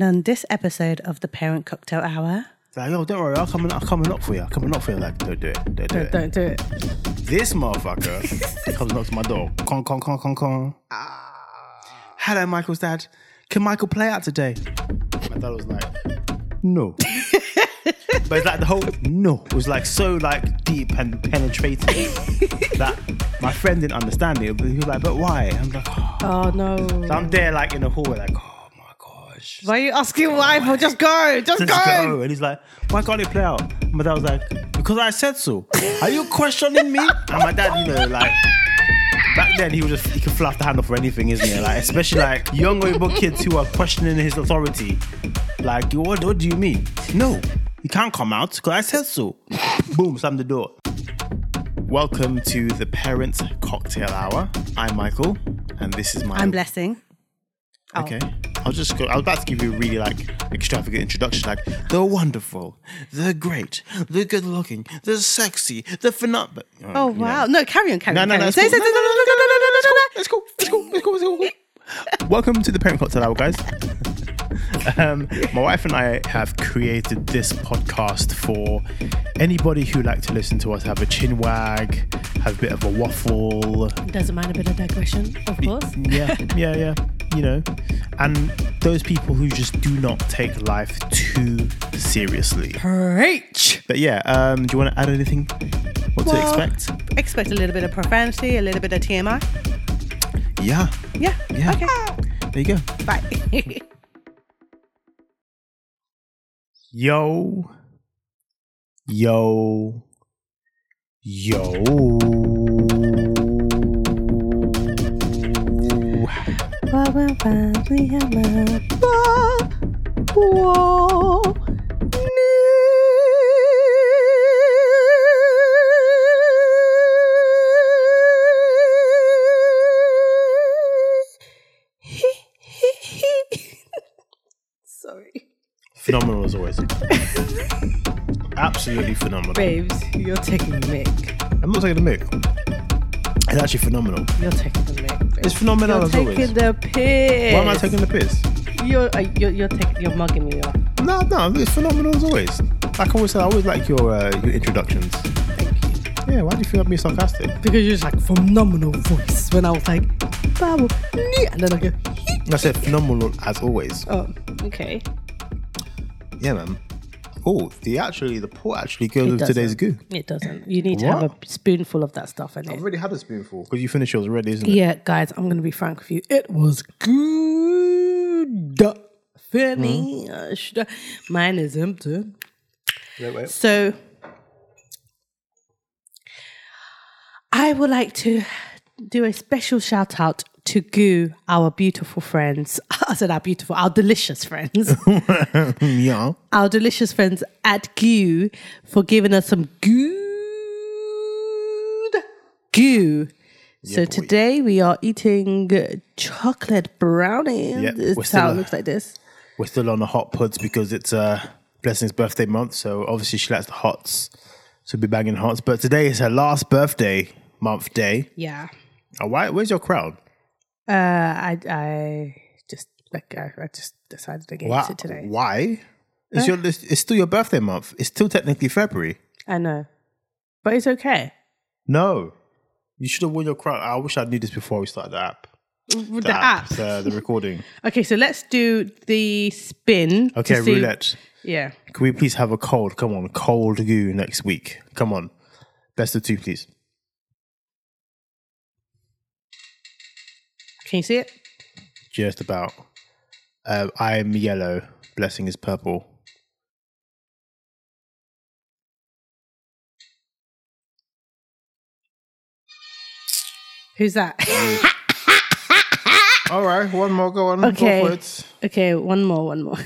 Now, in this episode of the Parent Cocktail Hour, Like, yo, don't worry, I'll come and I'll come and knock for you. I'll come and knock for you. Like, don't do it, don't do it. don't do it. This motherfucker comes and knocks on my door. Con, con, con, con, con. Ah. Hello, Michael's dad. Can Michael play out today? My dad was like, no. but it's like the whole no was like so like deep and penetrating that my friend didn't understand it. But he was like, but why? I'm like, oh. Oh no! I'm there like in the hallway, like, oh my gosh. Why are you asking why? For just go, just, Let's go. And he's like, why can't they play out? My dad was like, because I said so. Are you questioning me? And my dad, you know, like, back then he was just, he could fluff the handle for anything, isn't he? Like, especially like young Oyibo kids who are questioning his authority. Like, what, what do you mean? No, you can't come out because I said so. Boom, slam the door. Welcome to the Parents Cocktail Hour. I'm Michael, and this is my I'm blessing. Oh. Okay. I'll just go. I was about to give you a really like extravagant introduction, like the wonderful, the great, the good looking, the sexy, the phenomenal. Oh wow! No, carry on, carry No, on. no, carry no. on. It's Say, cool. say, No, say, no, no, no, no, no, no, no, no, no. Let's go. Let's go. Let's go. Let's go. Welcome to the Parent Cocktail Hour, guys. Um, my wife and I have created this podcast for anybody who like to listen to us have a chin wag, have a bit of a waffle, Doesn't mind a bit of digression, of course. yeah, yeah, yeah. You know, and those people who just do not take life too seriously. Preach. But yeah, um, do you want to add anything? What to Well- expect? Expect a little bit of profanity, a little bit of TMI. Yeah, Yeah. Yeah. Okay. there you go. Bye. Yo, yo, yo. Well, well, well, we have a ball, ball, news. Sorry. Phenomenal as always. Absolutely phenomenal. Babes, you're taking the mic. I'm not taking the mic. It's actually phenomenal. You're taking the mic. babe. It's phenomenal You're as taking always. the piss. Why am I taking the piss? You're, uh, you're, you're, taking, you're mugging me off. No, no, it's phenomenal as always. Like I always said, I always like your uh, your introductions. Thank you. Yeah, why do you feel like being sarcastic? Because you're just like phenomenal voice when I was like, Bible, and then I go, I said phenomenal as always. oh, okay. Yeah, man. Oh, the actually the port actually goes with doesn't. today's goo. It doesn't. You need to What? have a spoonful of that stuff in I've it. already had a spoonful because you finished yours already, isn't it? Yeah, guys, I'm going to be frank with you. It was good. For me, Uh, should I- mine is empty. Wait, wait. So, I would like to do a special shout out to Goo, our beautiful friends. I said our beautiful, our delicious friends. Yeah. our delicious friends at Goo for giving us some good goo. so today we are eating chocolate brownie. Yep, we're this still how it a- looks like this. We're still on the hot puds because it's uh Blessing's birthday month, so obviously she likes the hots. So we'll be banging hots. But today is her last birthday month day. Yeah. Oh, why, where's your crowd? Uh, I I just like I, I just decided Why? against it today. Eh? Why? It's, your, it's, it's still your birthday month. It's still technically February. I know, but it's okay. No. You should have worn your crown. I wish I knew this before we started the app. With the app. The, the recording. Okay, so let's do the spin. to Okay, see- roulette. Yeah. Can we please have a cold? Come on, cold goo next week. Come on. Best of two, please. Can you see it? Just about. Um, I am yellow. Blessing is purple. Who's that? Mm. All right, one more. Go on. Okay. okay, one more, one more.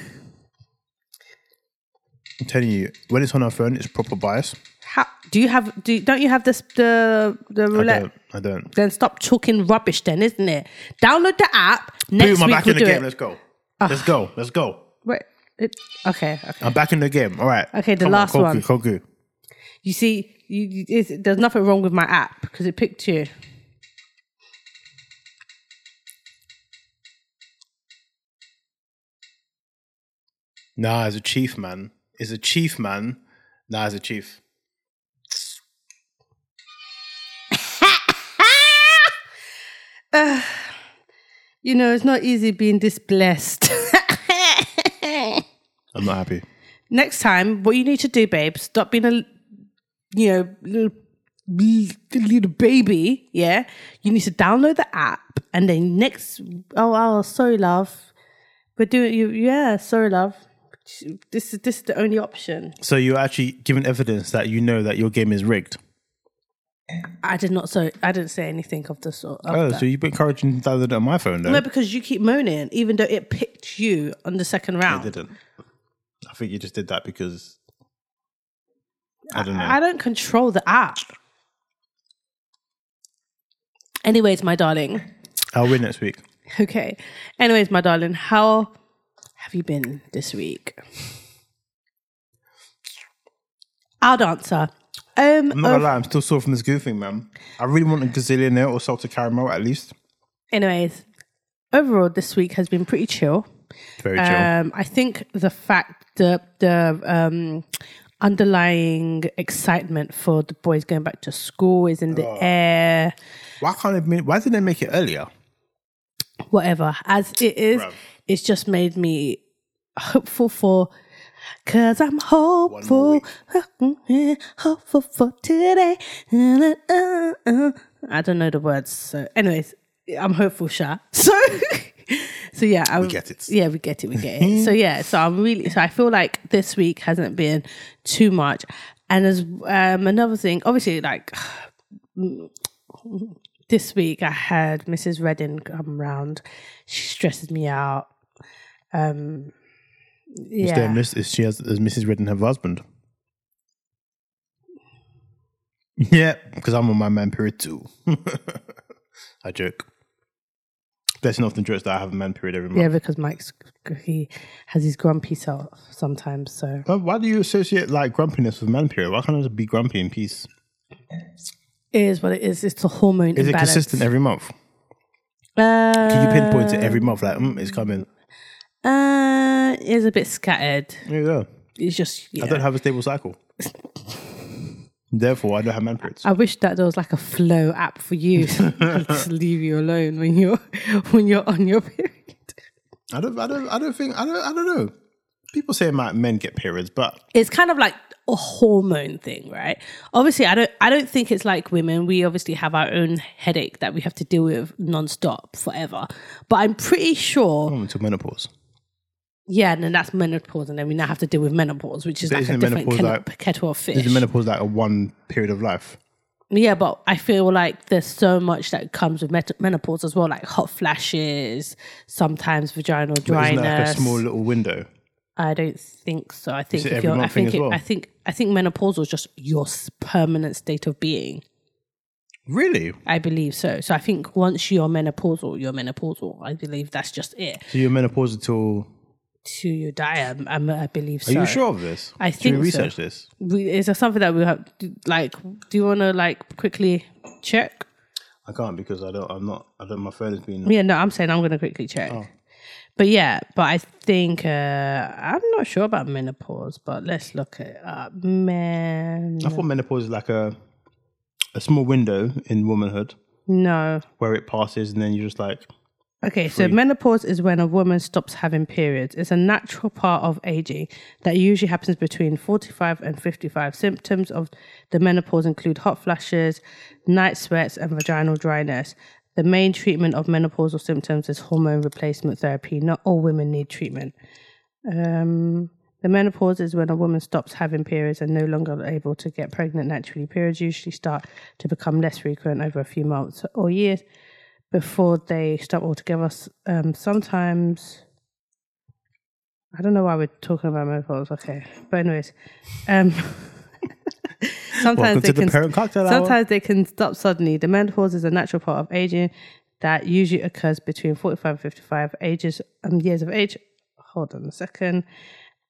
I'm telling you, when it's on our phone, it's proper bias. How do you have? Do don't you have this the the I roulette? don't. I don't. Then stop talking rubbish, then isn't it? Download the app. Next Boom, I'm week back we'll in the do game. it. Ah. Let's go. Let's go. Let's go. Wait, it, okay, okay. I'm back in the game. All right. Okay, the Come last on, cold one. Goo, cold goo. You see, you, you, it's, there's nothing wrong with my app because it picked you. Nah, as a chief, man. As a chief, man. Nah, as a chief. You know, it's not easy being this blessed. I'm not happy. Next time, what you need to do, babe, stop being a, you know, little, little baby. Yeah, you need to download the app, and then next, oh, oh, sorry, love, we're doing you. Yeah, sorry, love. This is this is the only option. So you're actually giving evidence that you know that your game is rigged. I did not. So I didn't say anything of the sort. Of Oh, that. so you've been encouraging download it on my phone, though. no, because you keep moaning, even though it picked you on the second I round. didn't. I think you just did that because I don't know. I don't control the app. Anyways, my darling. I'll win next week. Okay. Anyways, my darling, how have you been this week? I'll answer. Um, I'm not gonna of- lie, I'm still sore from this goofing, man. I really want a gazillionaire or salted caramel at least. anyways, overall, this week has been pretty chill. Very chill. Um, I think the fact that the um, underlying excitement for the boys going back to school is in the Oh. air. why can't they? Make, why didn't they make it earlier? whatever as it is Bruv. it's just made me hopeful for cuz i'm more hopeful hopeful for today i don't know the words so anyways i'm hopeful sha so so yeah i we get it. yeah we get it we get it so yeah so i'm really so i feel like this week hasn't been too much and as um another thing obviously like this week I had Mrs. Reddin come round. She stresses me out. Um, Is there a yeah. miss? Is she has is Mrs. Redden her husband? Yeah, because I'm on my man period too. I joke. That's not often jokes that I have a man period every month. Yeah, because Mike's he has his grumpy self sometimes. So But Uh, why do you associate like grumpiness with man period? Why can't I just be grumpy in peace? it is what it is. It's the hormone Is it imbalance. consistent every month? Uh, Can you pinpoint it every month? Like, mm, it's coming. Uh, it's a bit scattered. There you go. It's just yeah. I don't have a stable cycle. Therefore, I don't have man periods. I wish that there was like a flow app for you to just leave you alone when you're when you're on your period. I don't. I don't. I don't think. I don't. I don't know. People say like, men get periods, but it's kind of like a hormone thing, right? Obviously, I don't I don't think it's like women. We obviously have our own headache that we have to deal with nonstop forever. But I'm pretty sure, oh, until menopause. yeah, and then that's menopause, and then we now have to deal with menopause, which is But like a isn't different menopause kettle, like- kettle of Is fish. the menopause like a one period of life? yeah, but I feel like there's so much that comes with met- menopause as well, like hot flashes, sometimes vaginal But Isn't dryness. that like a small little window? I don't think so. I think if it every you're, I month thing think as it, well? I think I think menopausal is just your s- permanent state of being. Really? I believe so. So I think once you're menopausal, you're menopausal. I believe that's just it. So you're menopausal till? To you die, um, um, I believe Are so. you sure of this? I Should we think so. research this? We, is there something that we have? do- Like, do you want to like quickly check? I can't because I don't. I'm not. I don't. My phone has been. Yeah, no, I'm saying I'm going to quickly check. Oh. But yeah, but I think uh, I'm not sure about menopause. But let's look it up. Men, I thought menopause is like a a small window in womanhood no. where it passes, and then you're just like, Okay, so menopause is when a woman stops having periods. It's a natural part of aging that usually happens between 45 and 55. Symptoms of the menopause include hot flashes, night sweats, and vaginal dryness. The main treatment of menopausal symptoms is hormone replacement therapy. Not all women need treatment. Um, the menopause is when a woman stops having periods and no longer able to get pregnant naturally. Periods usually start to become less frequent over a few months or years before they stop altogether. S- Um, sometimes, I don't know why we're talking about menopause. Okay, but anyways, um, sometimes "Welcome they to the can parent cocktail hour." sometimes they can stop suddenly. The menopause is a natural part of aging that usually occurs between forty-five and fifty-five ages um, years of age. Hold on a second.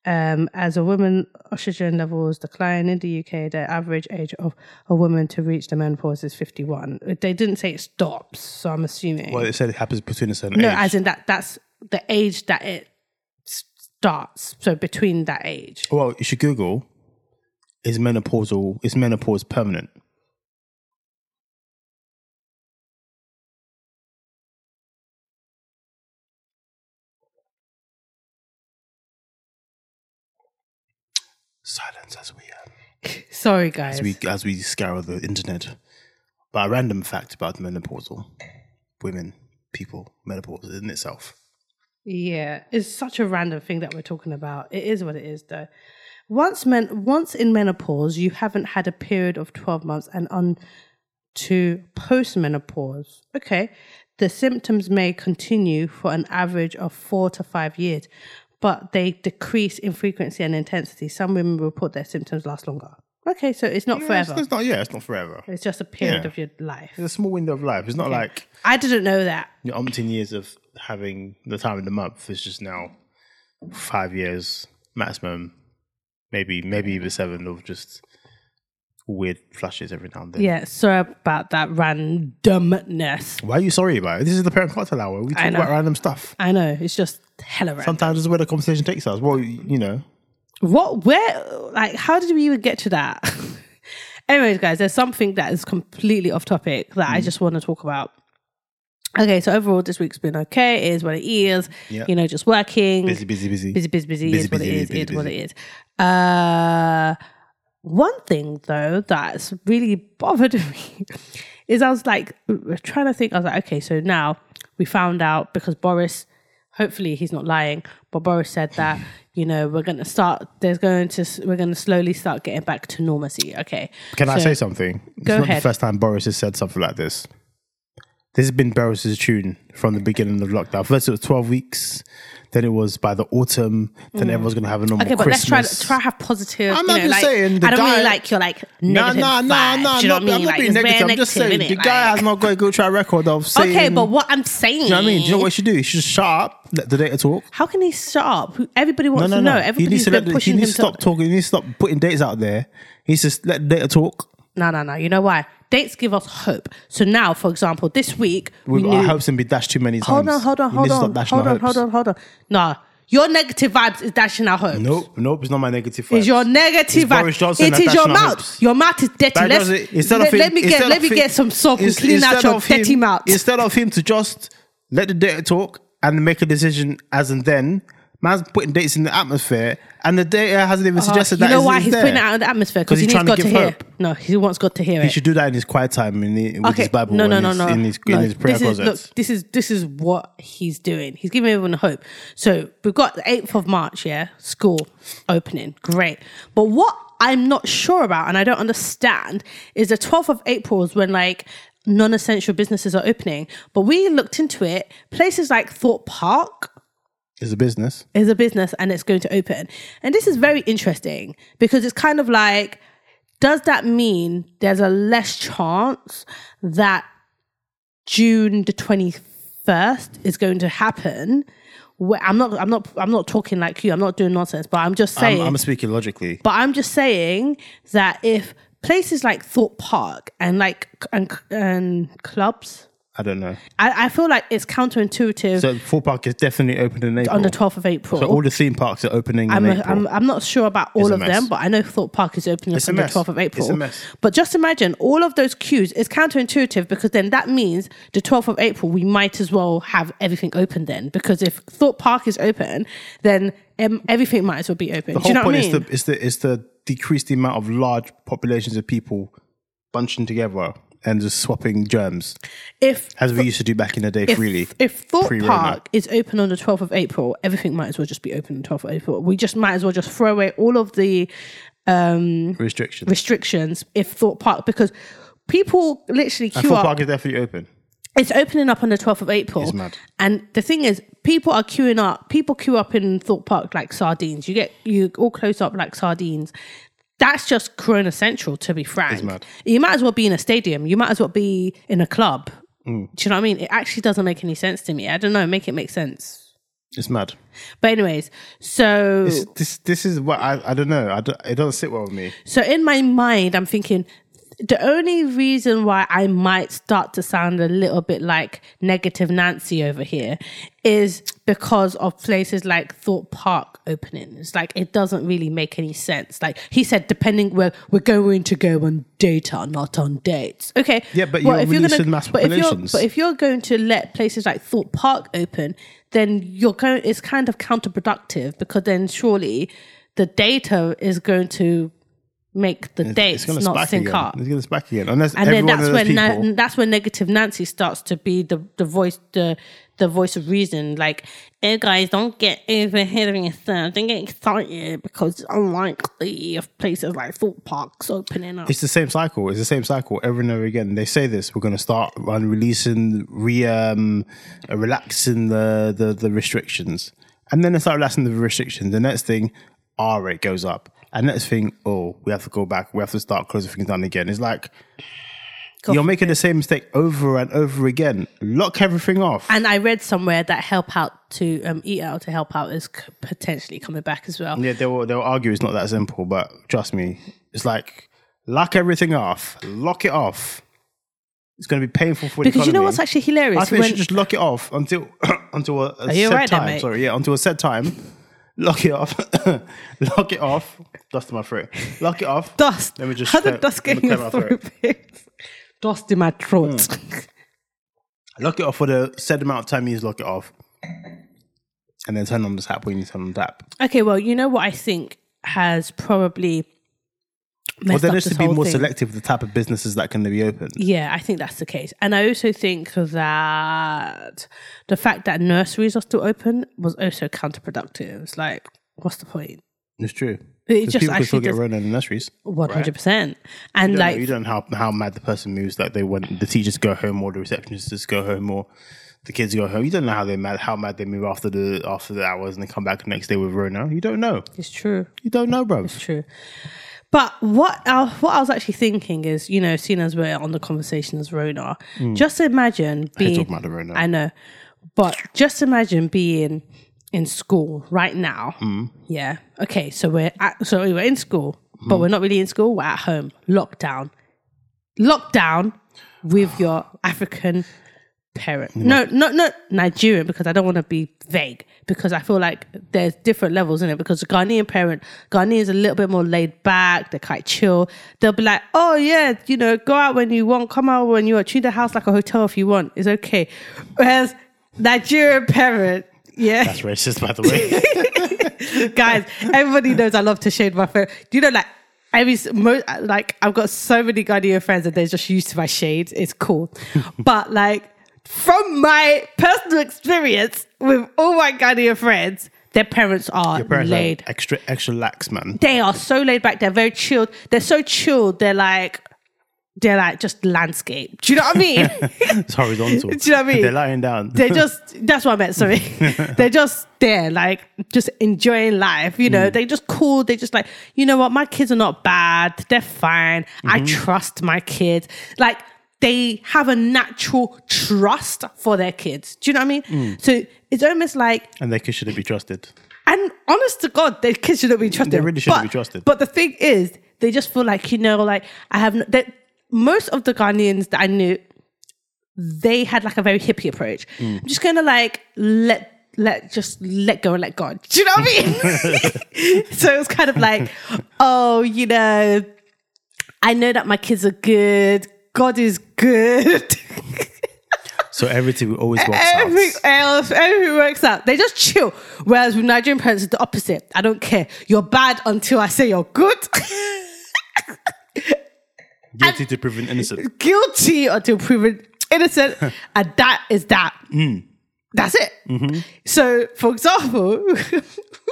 Um, as a woman, estrogen levels decline in the UK. The average age of a woman to reach the menopause is 51. They didn't say it stops, so I'm assuming. Well, it said it happens between a certain no, age. as in that that's the age that it s- starts. So between that age. Well, you should Google is menopausal is menopause permanent? Silence as we uh, Sorry, guys. as we as we scour the internet. But a random fact about menopausal women, people, menopause in itself. Yeah, it's such a random thing that we're talking about. It is what it is, though. Once men, once in menopause, you haven't had a period of twelve months, and on to postmenopause. Okay, the symptoms may continue for an average of four to five years, but they decrease in frequency and intensity. Some women report their symptoms last longer. Okay, so it's not It's, forever. it's not yeah, it's not forever. It's just a period Yeah. of your life. It's a small window of life. It's not like I didn't know that. your umpteen years of having the time of the month is just now five years maximum, maybe maybe even seven of just weird flashes every now and then. Yeah, sorry about that randomness. Why are you sorry about it? This is the parent cocktail hour. We talk know. about random stuff. I know it's just hella random. Sometimes it's where the conversation takes us. Well, you know, What? Where? Like, how did we even get to that? Anyways, guys, there's something that is completely off topic that I Mm. just want to talk about. Okay, so overall, this week's been okay. It is what it is. Yeah. You know, just working. busy, busy, busy. busy, busy, busy, Busy, is what busy, it is. busy, is what busy. it is. Uh, one thing though that's really bothered me is I was like trying to think. I was like, okay, so now we found out because Boris. Hopefully he's not lying, but Boris said that you know we're going to start. There's going to s- we're going to slowly start getting back to normalcy. Okay, Can I So- say something? Go it's not ahead. the first time Boris has said something like this. This has been Boris's tune from the beginning of lockdown. First, it was 12 weeks. Then it was by the autumn. Then everyone's going to have a normal Mm. Okay, but Christmas. let's try try have positive. I'm you not know, just like, saying the I don't guy- really like your like No, negative no, no, vibes, you no. know what I mean? I'm not, I'm not like, being it's very negative. I'm just saying innit? the guy Like- has not got a good track record of saying. Okay, but what I'm saying. you know what I mean? Do you know what he should do? He should shut up, let the data talk. How can he shut up? Who- Everybody No, wants no, to know. no. He Everybody's needs to, been let the, he pushing him needs to to stop talking. He needs to stop putting dates out there. He needs to s- let the data talk. No, no, no. You know why? Dates give us hope. So now, for example, this week we, With knew. our hopes and be dashed too many hold times. on, hold on, We hold need to stop on, dashing hold our on, hopes. hold on, hold on. No, your negative vibes is dashing our hopes. Nope, nope, it's not my negative. It's vibes. your negative It's Boris vibes. Johnson It that is your dashing our mouth. hopes. Your mouth is dirty. That Let's, doesn't- instead let, of him, let me instead get let of me him- get some soap and ins- clean out instead your of him- dirty mouth. Instead of him to just let the data talk and make a decision as and then, man's putting dates in the atmosphere, and the data hasn't even suggested Uh, you that. know it's why even he's there. putting it out in the atmosphere? Because 'Cause he he's needs trying to God to, give hear. hope. No, he wants God to hear He it. should do that in his quiet time in the, with his Bible, No, no, in, no, his, no. in his no, in his prayer this is, closet. look, this is this is what he's doing. He's giving everyone hope. So we've got the eighth of March, yeah, school opening, great. But what I'm not sure about and I don't understand is the twelfth of April is when like non-essential businesses are opening. But we looked into it. Places like Thorpe Park It's a business. is a business and it's going to open. And this is very interesting because it's kind of like, does that mean there's a less chance that June the 21st is going to happen? Where, I'm not, I'm not, I'm not talking like you. I'm not doing nonsense, but I'm just saying. I'm, I'm speaking logically. But I'm just saying that if places like Thorpe Park and like and and clubs, I don't know. I, I feel like it's counterintuitive So full park is definitely open in April. on the 12th of April. so all the theme parks are opening I'm, in a, April. I'm, I'm not sure about all a of mess. them, but I know Thorpe Park is opening It's a on the mess. 12th of It's a April. mess. But just imagine all of those queues. It's counterintuitive because then that means the 12th of April, we might as well have everything open then. Because if Thorpe Park is open, then um, everything might as well be open. The Do you whole know what I point mean? is to is to is to decrease the amount of large populations of people bunching together and just swapping germs if as we used to do back in the day if, freely. if Thorpe Pre-Rona. Park is open on the 12th of April, everything might as well just be open on the 12th of April. We just might as well just throw away all of the Restrictions. restrictions if Thorpe Park, because people literally and queue full up. park is definitely open. it's opening up on the 12th of April. It's mad. And the thing is, people are queuing up. People queue up in Thorpe Park like sardines. You get you all close up like sardines. That's just Corona Central, to be frank. mad. You might as well be in a stadium. You might as well be in a club. Hmm. Do you know what I mean? It actually doesn't make any sense to me. I don't know. Make it make sense. It's mad. But anyways, so This this, this is what I, I don't know. I don't, it doesn't sit well with me. so in my mind, I'm thinking the only reason why I might start to sound a little bit like negative Nancy over here is because of places like Thought Park opening. It's like it doesn't really make any sense. Like he said, depending where we're going to go on data, not on dates. Okay. Yeah, but well, you're if you're releasing mass but if you're, populations. but if you're going to let places like Thought Park open, then you're going. It's kind of counterproductive because then surely the data is going to make the dates gonna not sync again. up It's going to spike again. Unless and then everyone that's of those when people. na- that's when negative Nancy starts to be the the voice the the voice of reason. Like, hey guys, don't get over ahead of yourself. Don't get excited because it's unlikely if places like thought parks opening up. it's the same cycle. It's the same cycle over and over again. They say this: we're going to start on releasing, re um, uh, relaxing the, the the restrictions, and then they start relaxing the restrictions. The next thing, our rate goes up, and next thing, oh, we have to go back. We have to start closing things down again. It's like God you're making the same mistake over and over again. Lock everything off. and I read somewhere that help out to um, eat out to help out is c- potentially coming back as well. yeah, they will. They will argue it's not that simple, but trust me, it's like lock everything off. Lock it off. It's going to be painful for the Because you know economy. what's actually hilarious? I think we When- should just lock it off until until a, a you set alright then, time. mate? Sorry, yeah, until a set time. Lock it off. lock it off. Dust in my throat. Lock it off. dust. Let me just How did clear- dust let get in me your clear my throat. throat? babes? dust in my throat. Hmm. Lock it off for the set amount of time you need to lock it off. And then turn on the tap when you turn on the tap. Okay, well, you know what I think has probably Well, messed there up needs this to be whole more thing. selective the type of businesses that can be open. Yeah, I think that's the case, and I also think that the fact that nurseries are still open was also counterproductive. It's like, what's the point? It's true. It 'Cause just people can actually still get does run in the nurseries. one hundred percent, and You don't know- you like, don't know how, how mad the person moves. Like they went, the teachers go home, or the receptionists go home, or the kids go home. You don't know how they mad, how mad they move after the after the hours, and they come back the next day with Rona. You don't know. it's true. You don't know, bro. true. But what I, what I was actually thinking is, you know, seeing as we're on the conversation as Rona, just imagine being. Mm. talking about the Rona. I know, but just imagine being in school right now. Mm. Yeah. Okay. So we're at, so we're in school, Mm. but we're not really in school. We're at home, lockdown, lockdown with your African parent. No, no, no, Nigerian, because I don't want to be vague, because I feel like there's different levels in it. Because the Ghanaian parent, Ghanaian is a little bit more laid back, they're quite chill. They'll be like, oh, yeah, you know, go out when you want, come out when you want, treat the house like a hotel if you want, it's okay. Whereas Nigerian parent, yeah That's racist, by the way. guys everybody knows i love to shade my phone do you know like every mo like i've got so many ghanaian friends that they're just used to my shades it's cool but like from my personal experience with all my ghanaian friends their parents are Parents are laid extra extra lax, man. they are so laid back they're very chilled they're so chilled they're like they're like just landscape do you know what i mean It's horizontal. Do you know what I mean? They're lying down. they're just that's what I meant, sorry. they're just there, like just enjoying life, you know. They just cool, they just like, you know what, my kids are not bad, they're fine. I trust my kids. Like they have a natural trust for their kids. Do you know what I mean? So it's almost like and they could- shouldn't be trusted. and honest to God, their kids shouldn't be trusted. They really shouldn't but, be trusted. But the thing is, they just feel like you know, like I have no, that. Most of the Ghanaians that I knew, they had like a very hippie approach. Mm. I'm just gonna like let let just let go and let God. Do you know what I mean? so it was kind of like, oh, you know, I know that my kids are good. God is good. So everything always works Everything out. else, everything works out. They just chill. Whereas with Nigerian parents, it's the opposite. I don't care. You're bad until I say you're good. Guilty to proven innocent. Guilty until proven innocent. and that is that. That's it. So, for example,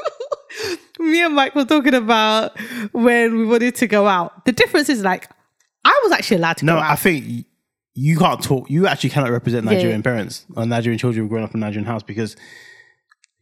me and Mike were talking about when we wanted to go out. The difference is like, I was actually allowed to No, go out. I think y- you can't talk. You actually cannot represent Nigerian yeah. parents or Nigerian children growing up in a Nigerian house because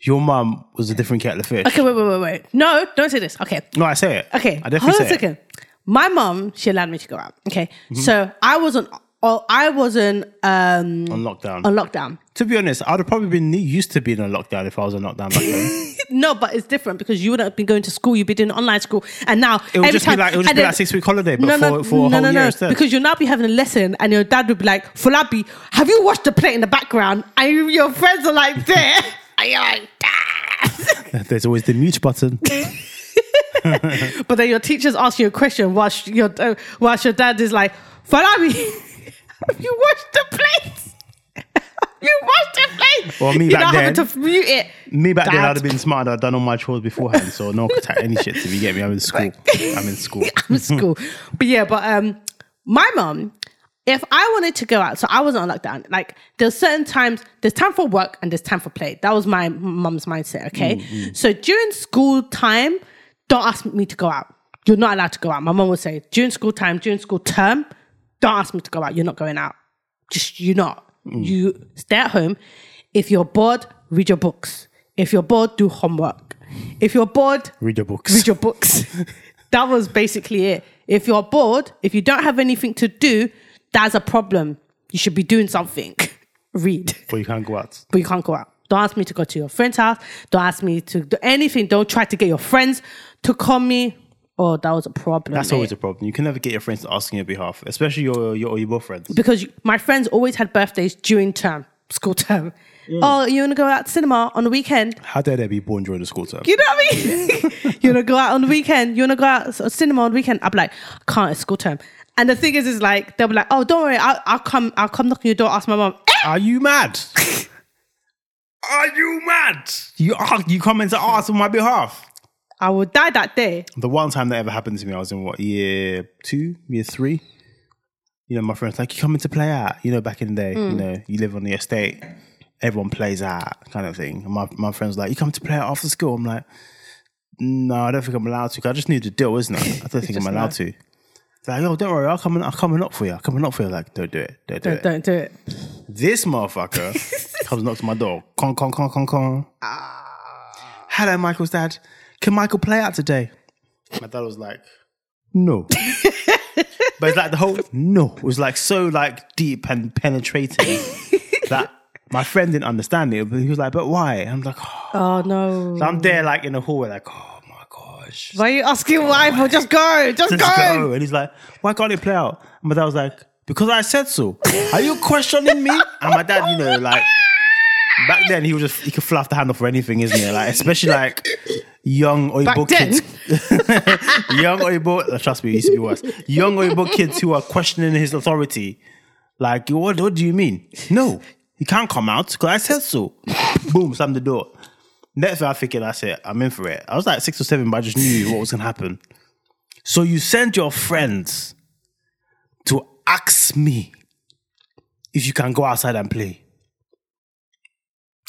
your mum was a different kettle of fish. okay, wait, wait, wait, wait. No, don't say this. Okay. No, I say it. Mm-hmm. Okay, I definitely hold on say a it. second. My mom, she allowed me to go out. Okay, so I wasn't Oh, I wasn't um, on lockdown. on lockdown. to be honest, I'd have probably been used to being on lockdown if I was on lockdown back then. No, but it's different because you would have been going to school. You'd be doing online school, and now It would every just time, be like it would just and be then- like six week holiday, but no, for, no, for a whole no, no, year no, instead. because you'll now be having a lesson, and your dad would be like, "Fulabi, have you washed the plate in the background?" And you- your friends are like, "There," and you're like, "Ah." "Dad." There's always the mute button. But then your teacher's asking you a question whilst your uh, whilst your dad is like, "Fulabi, have you washed the plate?" Have You washed the plate. Well, me You're back not having then- to mute it. Me back then, Dad. I'd have been smart. I'd done all my chores beforehand, so no one could type any shit to me. Get me? I'm in school. I'm in school. from school. But yeah, but um, my mom, if I wanted to go out, so I wasn't on lockdown. Like there's certain times, there's time for work and there's time for play. That was my mum's mindset. Okay, so during school time, don't ask me to go out. You're not allowed to go out. My mom would say during school time, during school term, don't ask me to go out. You're not going out. Just you're not. You stay at home. If you're bored, read your books. If you're bored, do homework. If you're bored, Read your books. read your books. that was basically it. If you're bored, if you don't have anything to do, that's a problem. You should be doing something. Read, but you can't go out. but you can't go out. Don't ask me to go to your friend's house. Don't ask me to do anything. Don't try to get your friends to call me. Oh, that was a problem. That's mate. always a problem. You can never get your friends to ask on your behalf, especially your your Oyibo friends. because you- my friends always had birthdays during term, school term. Mm. Oh, you want to go out to cinema on the weekend? How dare they be born during the school term? You know what I mean? you wanna go out on the weekend? You wanna go out to cinema on the weekend? I'm like, I can't. It's school term. And the thing is, is like they'll be like, oh, don't worry, I'll, I'll come. I'll come knock on your door. Ask my mom. Eh, Are you mad? Are you mad? You are, you come in to ask on my behalf. I will die that day. The one time that ever happened to me, I was in what year two, year three. You know, my friends like you coming to play out. You know, back in the day, you know, you live on the estate, everyone plays out, kind of thing. And my my friends like you come to play out after school. I'm like, no, I don't think I'm allowed to. 'cause I just need the deal, isn't it? I don't think I'm allowed to. They're like, oh, don't worry, I'll come and I'll come and knock for you. I'll come and knock for you. Like, don't do it, don't do it. Don't do it. This motherfucker comes knocks my door. Con con con con con. Hello, Michael's dad. Can Michael play out today? My dad was like, no. but it's like the whole no was like so like deep and penetrating that my friend didn't understand it. But he was like, but why? And I'm like, oh. Oh no. So I'm there like in the hallway, like, oh my gosh. Why are you asking why? Well, just go. Just, Let's go. go. And he's like, why can't it play out? And my dad was like, because I said so. Are you questioning me? And my dad, you know, like back then he was just he could fluff the handle for anything, isn't he? Like especially like young Oibo Back then. kids. young Oibo, trust me, it used to be worse. Young Oibo kids who are questioning his authority. Like, what, what do you mean? No, he can't come out because I said so. Boom, slam the door. Next thing I'm thinking, that's it. I'm in for it. I was like six or seven, but I just knew what was going to happen. So you send your friends to ask me if you can go outside and play.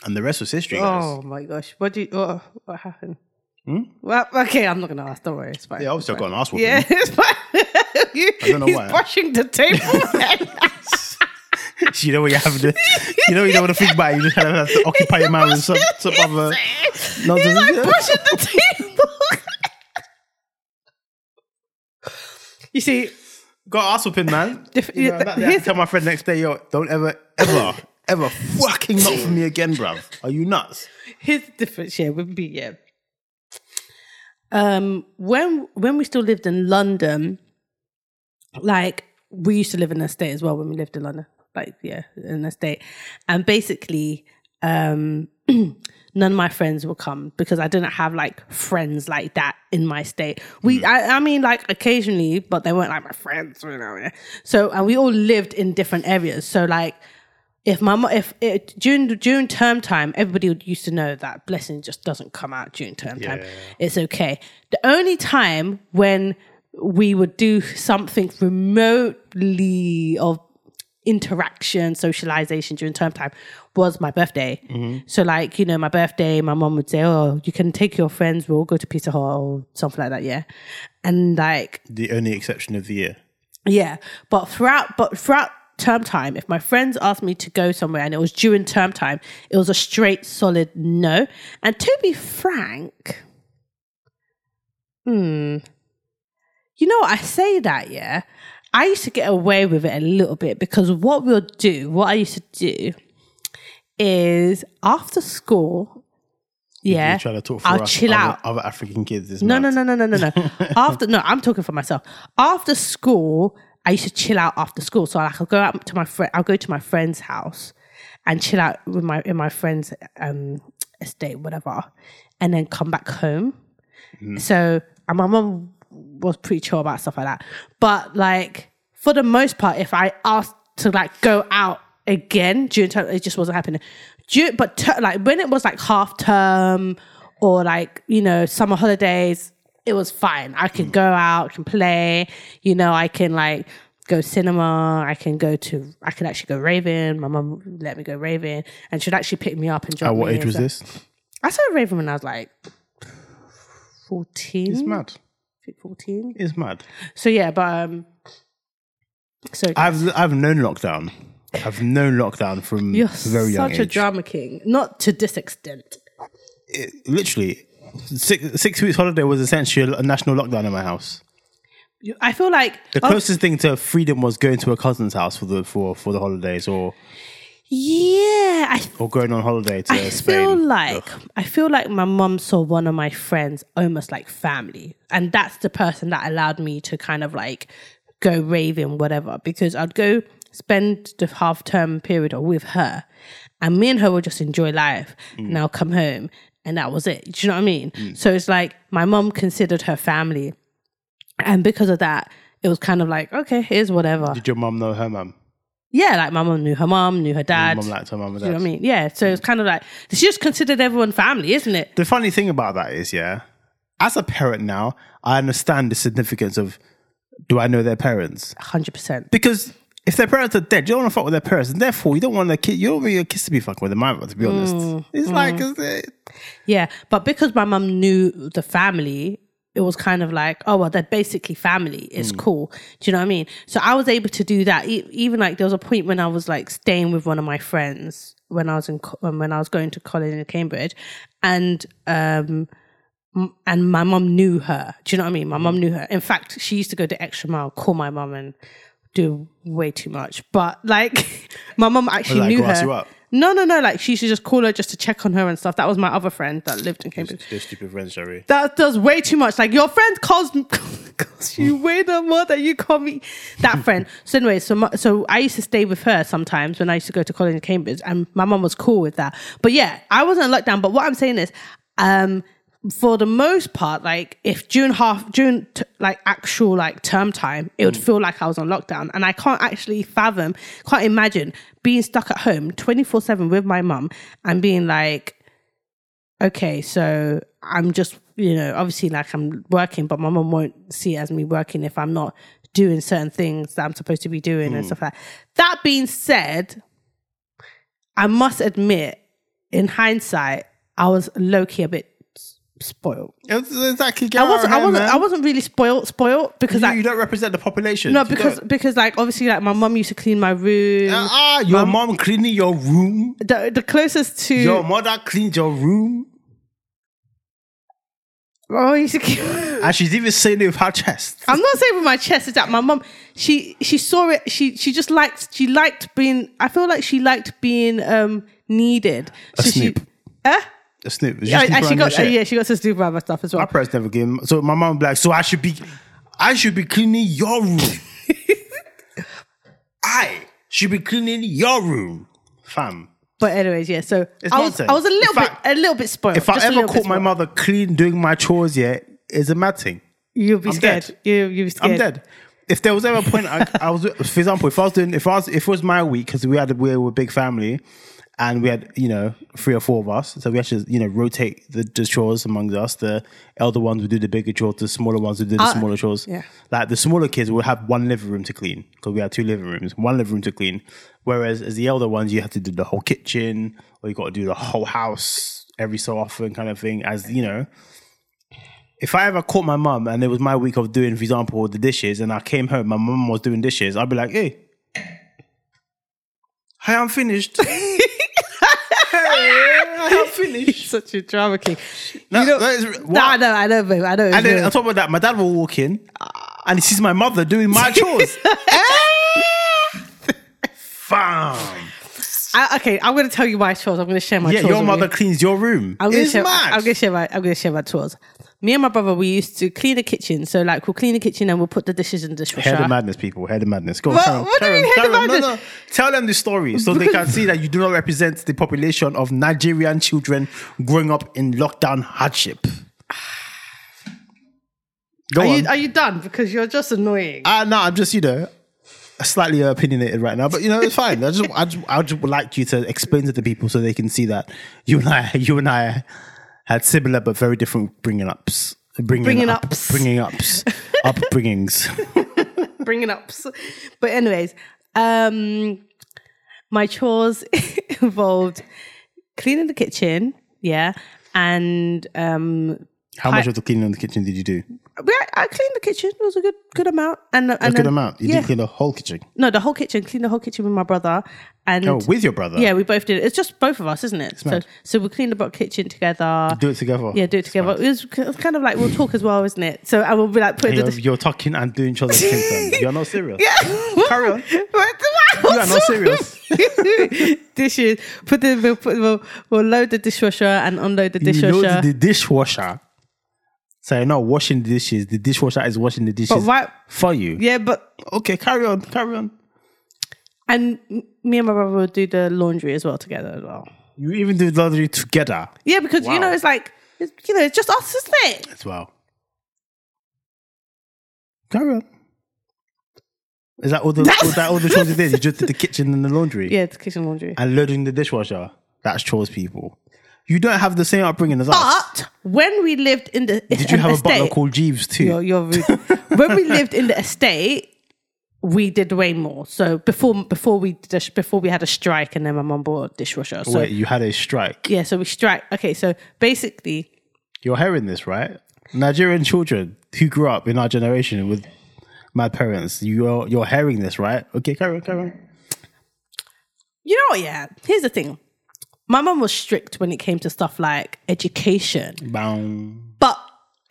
And the rest was history, guys. Oh my gosh. What do you? Oh, what happened? Well, okay, I'm not gonna ask. Don't worry, it's fine. Hmm? Yeah, obviously I got an ass whooping. Yeah, it's fine. You- don't know he's why. brushing the table. you know what you have to You know what you don't want to think about. it. You just kind of have to occupy your mind with some, some other... No, He's this- like pushing the table. you see, Got an ass whooping, man. Dif- You know, yeah, that- th- I here's- tell my friend next day, yo, don't ever, ever, ever fucking knock for me again, bruv. Are you nuts? here's the difference here would be yeah. Um, when when we still lived in London, like we used to live in an estate as well when we lived in London. Like yeah, in an estate, and basically, um, none of my friends would come because I didn't have like friends like that in my state. We, I, I mean, like occasionally, but they weren't like my friends, you know. yeah. So, and we all lived in different areas. So, like, if my mo- if it, during during term time, everybody would- used to know that blessing just doesn't come out during term time. It's okay. The only time when we would do something remotely of interaction, socialization during term time was my birthday. So like, you know, my birthday, my mom would say, Oh, you can take your friends, we'll go to Pizza Hut or something like that, yeah. And like The only exception of the year. yeah, but throughout, but throughout term time, if my friends asked me to go somewhere and it was during term time, it was a straight, solid no. And to be frank, hmm, you know, what? I say that yeah, I used to get away with it a little bit because what we'll do, what I used to do is after school, yeah, You're trying to talk for I'll us, chill other, out. other African kids. It's No, mad. no, no, no, no, no, no. after no, I'm talking for myself. After school, I used to chill out after school. So like, I'll go out to my friend. I'll go to my friend's house and chill out with my in my friend's um, estate, whatever, and then come back home. So and my mum was pretty chill about stuff like that. But like for the most part, if I asked to like go out again during term, it just wasn't happening. During, but ter- like when it was like half term or like you know summer holidays, it was fine. I Mm. could go out, can play. You know, I can like go cinema. I can go to. I can actually go raving. My mum let me go raving, and she'd actually pick me up and drop At what me age and was stuff. this? I started raving when I was like fourteen. It's mad. 14. It's mad. So yeah, but um so I've I've known lockdown. I've known lockdown from you're very young such a age. drama king. Not to this extent. It- literally, six six weeks holiday was essentially a national lockdown in my house. You- I feel like The oh, closest thing to freedom was going to a cousin's house for the for for the holidays, or yeah, I or going on holiday to I Spain. feel like I feel like my mum saw one of my friends almost like family, and that's the person that allowed me to kind of like go raving, whatever. Because I'd go spend the half term period with her, and me and her would just enjoy life, and I'll come home, and that was it. Do you know what I mean? So it's like my mum considered her family, and because of that, it was kind of like okay, here's whatever. Did your mum know her mum? Yeah, like my mum knew her mum, knew her Your dad. Mum liked her mum and Do you know dad. what I mean? Yeah. So it's kind of like she just considered everyone family, isn't it? The funny thing about that is, yeah, as a parent now, I understand the significance of do I know their parents? Hundred percent. Because if their parents are dead, you don't want to fuck with their parents, and therefore you don't want their kid, you don't want your kids to be fucking with them either. To Mm, be honest, it's like it's, it, Yeah, but because my mum knew the family, it was kind of like, oh well, they're basically family. Mm. It's cool. Do you know what I mean? So I was able to do that. E- even like there was a point when I was like staying with one of my friends when I was in co- um, when I was going to college in Cambridge, and um. m- And my mum knew her. Do you know what I mean? My mum Mm. knew her. In fact, she used to go the extra mile, call my mum, and do way too much. But like, my mum actually Like, knew grass her. you up? No, no, no. Like she should just call her just to check on her and stuff. That was my other friend that lived in Cambridge. they're stupid friends, Sherry. That does way too much. Like your friend calls calls you way the more than you call me. That friend. So anyway, so my, so I used to stay with her sometimes when I used to go to college in Cambridge, and my mum was cool with that. But yeah, I wasn't locked down. But what I'm saying is, um, for the most part, like if June half June t- like actual like term time, it would feel like I was on lockdown, and I can't actually fathom, can't imagine being stuck at home twenty four seven with my mum and being like okay, so I'm just, you know, obviously like I'm working, but my mum won't see it as me working if I'm not doing certain things that I'm supposed to be doing and stuff like that. That being said, I must admit, in hindsight, I was low key a bit s- spoiled. It's exactly. I wasn't, I wasn't, I was. wasn't really spoiled, spoiled because You, like, you don't represent the population. no, You because, don't. because like obviously like my mum used to clean my room. ah, your mom cleaning your room. the, the closest to Your mother cleaned your room, oh, used to clean- and she's even saying it with her chest. I'm not saying with my chest. It's that my mum. She she saw it. She she just liked. She liked being. I feel like she liked being um needed. A So she- snoop. Huh? A snoop. It's Yeah, just and she snooping around got uh, your shit. yeah she got some snoop around my stuff as My well. parents never gave. me- So my mom be like, so I should be, I should be cleaning your room. I should be cleaning your room, fam. But anyways, yeah. So It's I was nonsense. I was a little In fact, bit a little bit spoiled. If I just a ever little bit caught my spoiled. mother clean doing my chores, yeah, it's a mad thing. you'll be I'm scared. dead. You you'll be I'm scared. dead. If there was ever a point I, I was, for example, if I was doing, if I was, if it was my week, because we had, we were a big family and we had, you know, three or four of us. So we had to, you know, rotate the, the chores amongst us. The elder ones would do the bigger chores, the smaller ones would do the Uh, smaller chores. yeah. Like the smaller kids would have one living room to clean because we had two living rooms, one living room to clean. Whereas as the elder ones, you have to do the whole kitchen or you got to do the whole house every so often kind of thing. As, you know, if I ever caught my mum and it was my week of doing, for example, the dishes, and I came home, my mum was doing dishes, I'd be like, hey, hey, I'm finished. hey, I'm finished. Such a drama king. No, that is, No, I what? know, I know, babe. I know. and then Yeah. on top of that, my dad will walk in and he sees my mother doing my chores. Fam. I, okay, I'm going to tell you my chores. I'm going to share my Yeah, chores. your with mother you. cleans your room. I'm gonna it's share. mad. I'm gonna share my. I'm gonna share my chores. Me and my brother, we used to clean the kitchen. So like, we'll clean the kitchen and we'll put the dishes in the dishwasher. Head of madness, people. Head of madness. Go on, What- carry on, what do you carry mean on, head of carry on. No, madness? no. Tell them the story so they can see that you do not represent the population of Nigerian children growing up in lockdown hardship. Go are on. you are you done? Because you're just annoying. Uh, no, I'm just, you know, slightly opinionated right now, but you know, it's fine. I just, I just, I just would like you to explain to the people so they can see that you and I, you and I had similar but very different bringing ups. Bringing, Bringing up, ups. Bringing ups. upbringings. bringing up. So- But anyways, um, my chores involved cleaning the kitchen. Yeah, and um, How much of the cleaning in the kitchen did you do? we, I cleaned the kitchen. It was a good good amount. And and a good amount. You yeah, did clean the whole kitchen. no, the whole kitchen. Cleaned the whole kitchen with my brother. And Oh, with your brother. Yeah, we both did it. It's just both of us, isn't it? So, mad. so we cleaned the kitchen together. Do it together. yeah, do it together. It was k- kind of like we'll talk as well, isn't it? So I will be like putting You're, the. Dish- you're talking and doing each other's things. You're not serious. Yeah. Carry on. you are not serious. dishes. Put the we'll, put, we'll, we'll load the dishwasher and unload the You dishwasher. load the dishwasher. So you're not washing the dishes. The dishwasher is washing the dishes but why? for you. Yeah, but Okay, carry on, carry on. and m- me and my brother will do the laundry as well together as well. You even do laundry together Yeah, because Wow. you know it's like it's, you know it's just us, isn't it? as well. Carry on. Is that all the was that all the chores you did? You just did the kitchen and the laundry Yeah, it's kitchen laundry. and loading the dishwasher. That's chores, people. You don't have the same upbringing as us. But when we lived in the Did you have a butler estate, called Jeeves too? You're, you're rude. when we lived in the estate, we did way more. So before before we dish, before we had a strike, and then my mum bought a dishwasher. So Wait, you had a strike. yeah, so we strike. Okay, so basically, You're hearing this, right? Nigerian children who grew up in our generation with my parents, you're you're hearing this, right? Okay, carry on, carry on. you know what? Yeah, here's the thing. My mum was strict when it came to stuff like education, Boom. but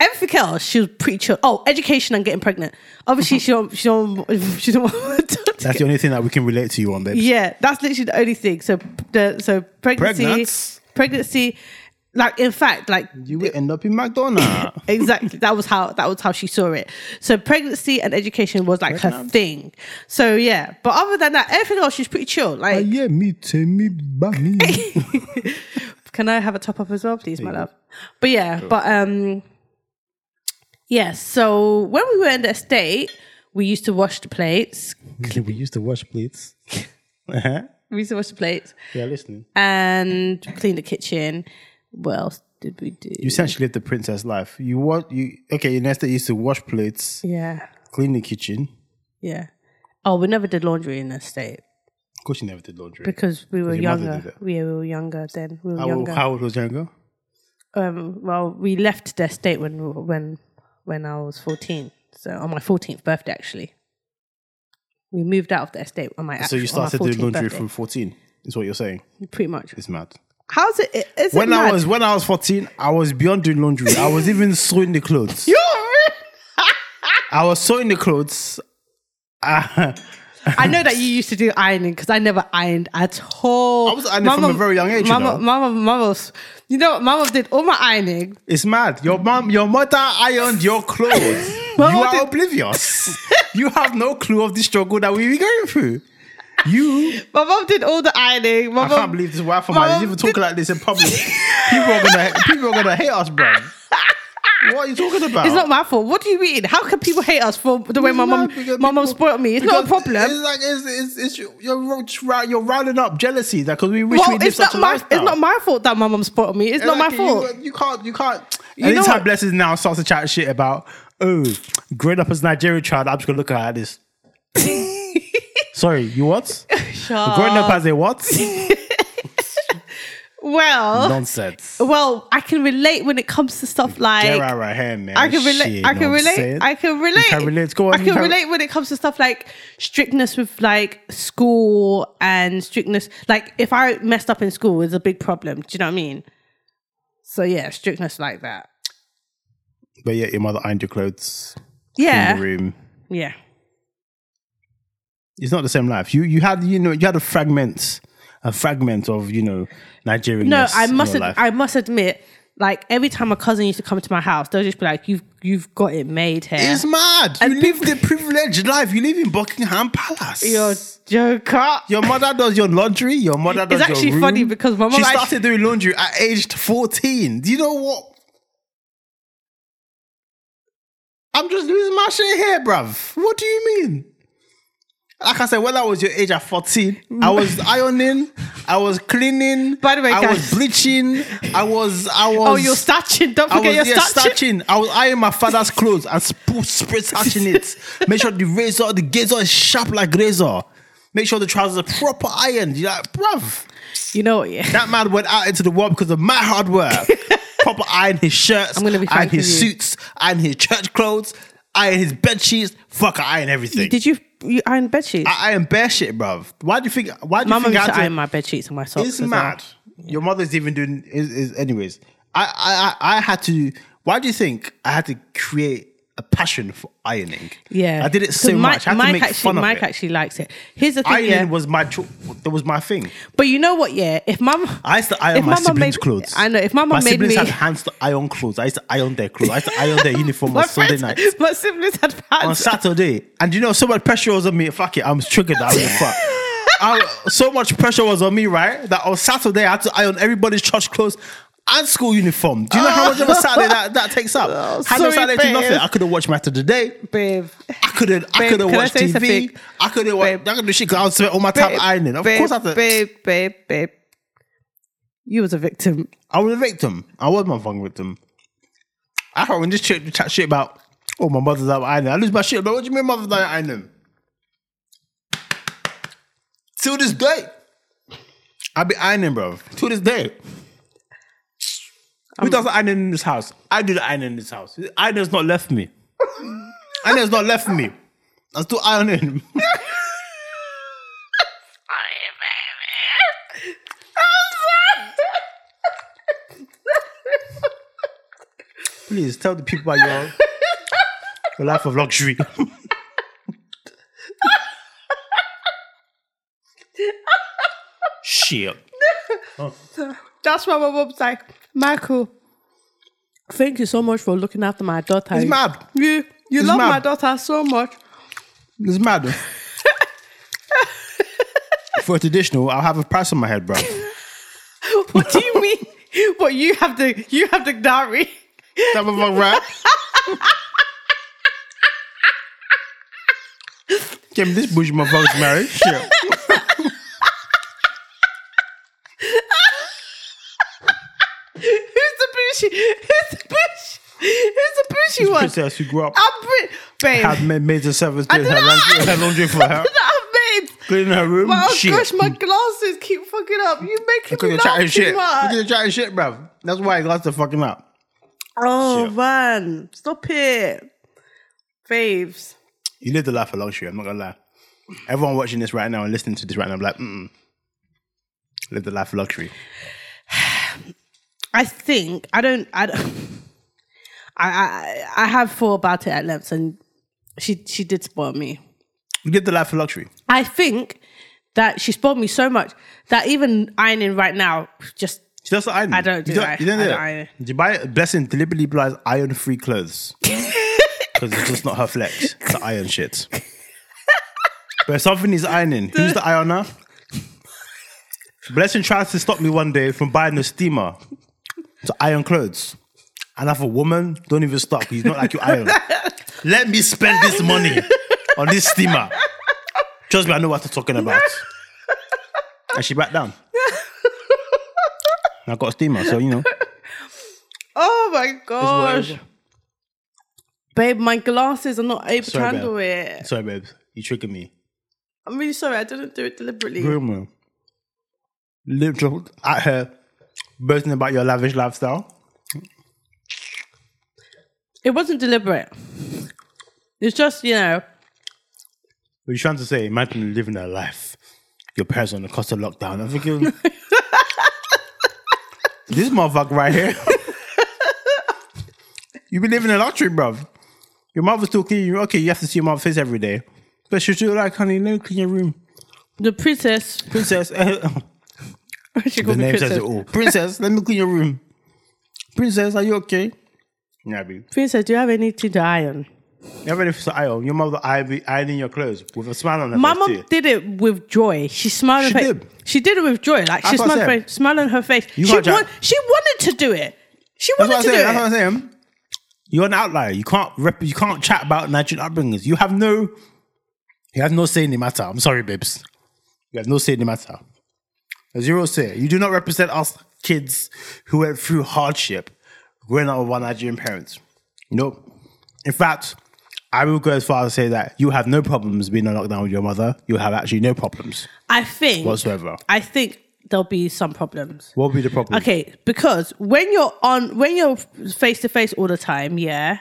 everything else she was pretty chill. Oh, education and getting pregnant. Obviously, she don't she don't she don't want to That's the only thing that we can relate to you on, babe. Yeah, that's literally the only thing. So the so pregnancy, Pregnant? pregnancy, like in fact, like You will end up in McDonald's. exactly that was how that was how she saw it. So pregnancy and education was like her thing. So yeah, but other than that, everything else she's pretty chill. Like, yeah, me too, me by me. can I have a top up as well, please, my love? But yeah, but um, yeah. So when we were in the estate, we used to wash the plates. we used to wash plates. Uh-huh. We used to wash the plates yeah, listening. and clean the kitchen. What else did we do? You essentially lived the princess life. You what you okay, Nesta used to wash plates, yeah. clean the kitchen. Yeah. Oh, we never did laundry in the state Of course you never did laundry. because we were your mother younger. did it? Yeah, we were younger then. We were how, old- younger. how old was younger? um, well, we left the state when when when I was fourteen. So on my fourteenth birthday, actually, we moved out of the estate on my. So you actual- on my started doing 14th laundry birthday, from fourteen, is what you're saying. pretty much. It's mad. How's it? Is When it I mad? was when I was fourteen, I was beyond doing laundry. I was even sewing the clothes. You're rude. I was sewing the clothes. I know that you used to do ironing because I never ironed at all. I was ironing from a very young age, you know. Mama, mama, mama, was- you know, what? mama did all my ironing. It's mad. Your mom, your mother ironed your clothes. you Mama are did- oblivious. you have no clue of the struggle that we were going through. You, My mom did all the ironing. My I mom, can't believe this wife of mine is Mama even talking like this in public. people are gonna, people are gonna hate us, bro. What are you talking about? It's not my fault. What do you mean? How can people hate us for the way my It's mad mom because my mom people- spoiled me? It's not a because It's problem. like it's, it's, it's you're rou- you're rounding up jealousy that because we wish we Well, lived it's not such a my lifestyle. it's not my fault that my mom spoiled me. It's not my Exactly, fault. You, you can't. You can't. know Anytime what? Blessings now starts to chat shit about, oh, growing up as a Nigerian child, I'm just gonna look at her like this. Sorry, you what? Growing up as a what? Well, Nonsense. well, I can relate when it comes to stuff like Get out right here, man. I can relate. Shit, I can relate. nonsense. I can relate. You can relate. Go on, I you can can- relate when it comes to stuff like strictness with like school and strictness. Like if I messed up in school, it's a big problem. Do you know what I mean? So yeah, strictness like that. But yeah, your mother ironed your clothes in Yeah, the room. Yeah. It's not the same life. You you had you know you had a fragment, a fragment of you know Nigerian. No, I must. In Ad- your life. I must admit, like every time a cousin used to come to my house, they'll just be like, "You've you've got it made here." it's mad. You And live the privileged life. You live in Buckingham Palace. You're a joker. Your mother does your laundry. Your mother does It's your actually room. funny because my mum she actually- started doing laundry at aged fourteen. Do you know what? I'm just losing my shit here, bruv. What do you mean? Like I said, when I was your age at 14, I was ironing, I was cleaning, By the way, I guys- was bleaching, I was, I was. oh, you're starching. Don't I forget was your yeah, you're starching. starching. I was ironing my father's clothes and sp- spray starching it. Make sure the razor, the gazer is sharp like razor. Make sure the trousers are proper ironed. You're like, bruv, You know, what, yeah. that man went out into the world because of my hard work. proper iron his shirts, I'm gonna be iron frank his with you. suits, iron his church clothes, iron his bed sheets. Fuck, I iron everything. Did you you iron bed sheets? I iron bare shit, bruv. Why do you think? Why do you my mum think I used had to to iron my bed sheets and my socks. it's as mad. Your mother's even doing is, is anyways. I, I I I had to. Why do you think I had to create a passion for ironing? Well. Yeah, I did it so Mike, much. I had Mike to make actually, fun of Mike it. actually likes it. Here's the thing, Ironing yeah. was my cho- that was my thing. but you know what, yeah. If mum, I used to iron if my mum siblings' made, clothes. I know. If mum my made siblings me, had hands to iron clothes. I used to iron their clothes. I used to iron their uniform on Sunday friends- night. my siblings had on pants. Saturday, and you know, so much pressure was on me. Fuck it, I'm triggered. I don't give a fuck. I- so much pressure was on me, right? That on Saturday, I had to iron everybody's church clothes and school uniform. Do you know how much of a Saturday that, that takes up? Oh, Had no sorry, Saturday to babe. nothing. I could have watched Matter Today. Babe, I couldn't. I Babe, could have can I watched say TV. something? I couldn't. Watch, I Babe. couldn't do shit because I would spend all my time ironing. Of babe, course, I had to. babe, babe, babe. You was a victim. I was a victim. I was my fucking victim. I thought when this chick chat shit about, oh, my mother's out ironing. I lose my shit. But what do you mean mother's out ironing? Till this day, I be ironing, bro. Till this day. Who does the ironing in this house? I do the ironing in this house. Ironing's not left me. ironing's not left me. I'm still ironing. Please tell the people about your, your life of luxury. Shit. That's why my mum's like, Michael, thank you so much for looking after my daughter. It's mad. You you It's love mad. my daughter so much. It's mad. For a traditional, I'll have a price on my head, bro. What do you mean? But you have the you have the diary. That motherfucker, right? Give me this bush motherfucker's married. Shit. Who's the bushy? Who's the bush? Who's the bushy one? Princess, who grew up, I'm Brit, babe. had ma- maids and servants doing her don't laundry, know. her laundry for her, that I've made. cleaning her room. Oh shit. gosh, my glasses keep fucking up. You making Because me you're laugh too chatting shit. Because much. you're chatting shit, bruv. That's why I lost the fucking up. Oh Shit. man, stop it, faves. You live the life of luxury, I'm not gonna lie. Everyone watching this right now and listening to this right now, I'm like, mm Live the life of luxury. I think I don't. I don't. I I I have thought about it at length, and she she did spoil me. You live the life of luxury. I think that she spoiled me so much that even ironing right now just She does the iron. I don't do you don't, iron. You don't I do don't that. iron. You buy a blessing deliberately buys iron free clothes. Because it's just not her flex. It's the iron shit. but if something is ironing, who's the ironer? Blessing tries to stop me one day from buying a steamer to iron clothes. And I thought, woman, don't even stop. He's not like you iron. Let me spend this money on this steamer. Trust me, I know what I'm talking about. And she backed down. And I got a steamer, so you know. oh my gosh, whatever. babe, my glasses are not able to Sorry, handle babe. it. Sorry, babe. You tricking me. I'm really sorry. I didn't do it deliberately. Groomer. Literal at her boasting about your lavish lifestyle. It wasn't deliberate. It's just you know. What you trying to say? Imagine living a life. Your parents on the cost of lockdown. I'm thinking This motherfucker right here. you be living a luxury, bruv. Your mother's still cleaning your Okay, you have to see your mother's face every day. But she's still like, honey, let me clean your room. The princess. Princess, eh, she the called me name says princess. it all. Princess, let me clean your room. Princess, are you okay? Yeah, babe. Princess, do you have anything to iron? Even if it's an iron, your mother iron- ironing your clothes with a smile on her My face. mom too. did it with joy. She smiled. She on her did. She did it with joy. Like she That's what I smiled, her said. face, smiled on her face. You she, can't try- want, she wanted to do it. She That's wanted what I'm to saying. do That's it. what I'm saying. You're an outlier. You can't rep- you can't chat about Nigerian upbringings. You have no you have no say in the matter. I'm sorry, babes. You have no say in the matter. Zero say. You do not represent us kids who went through hardship growing up with our Nigerian parents. Nope. In fact, I will go as far as to say that you have no problems being in lockdown with your mother. You have actually no problems I think. whatsoever. I think there'll be some problems. What would be the problem? Okay, because when you're on, when you're face to face all the time, yeah,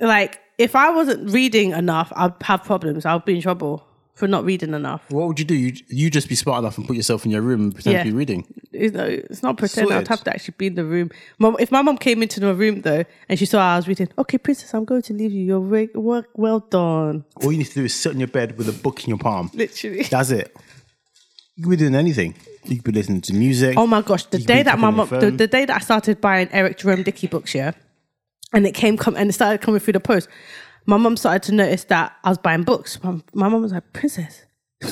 like if I wasn't reading enough, I'd have problems. I'd be in trouble for not reading enough. What would you do? You you just be smart enough and put yourself in your room and pretend Yeah. to be reading. It's not, it's not pretend. Sorted. I'd have to actually be in the room. Mom, if my mom came into the room though and she saw I was reading, okay, princess, I'm going to leave you. Your re- work well done. All you need to do is sit on your bed with a book in your palm. Literally. That's it. You could be doing anything. You could be listening to music. Oh my gosh! The You day can that tap my on your mom, the, phone. the day that I started buying Eric Jerome Dickey books, yeah, and it came come and it started coming through the post. My mom started to notice that I was buying books. My, my mom was like, "Princess,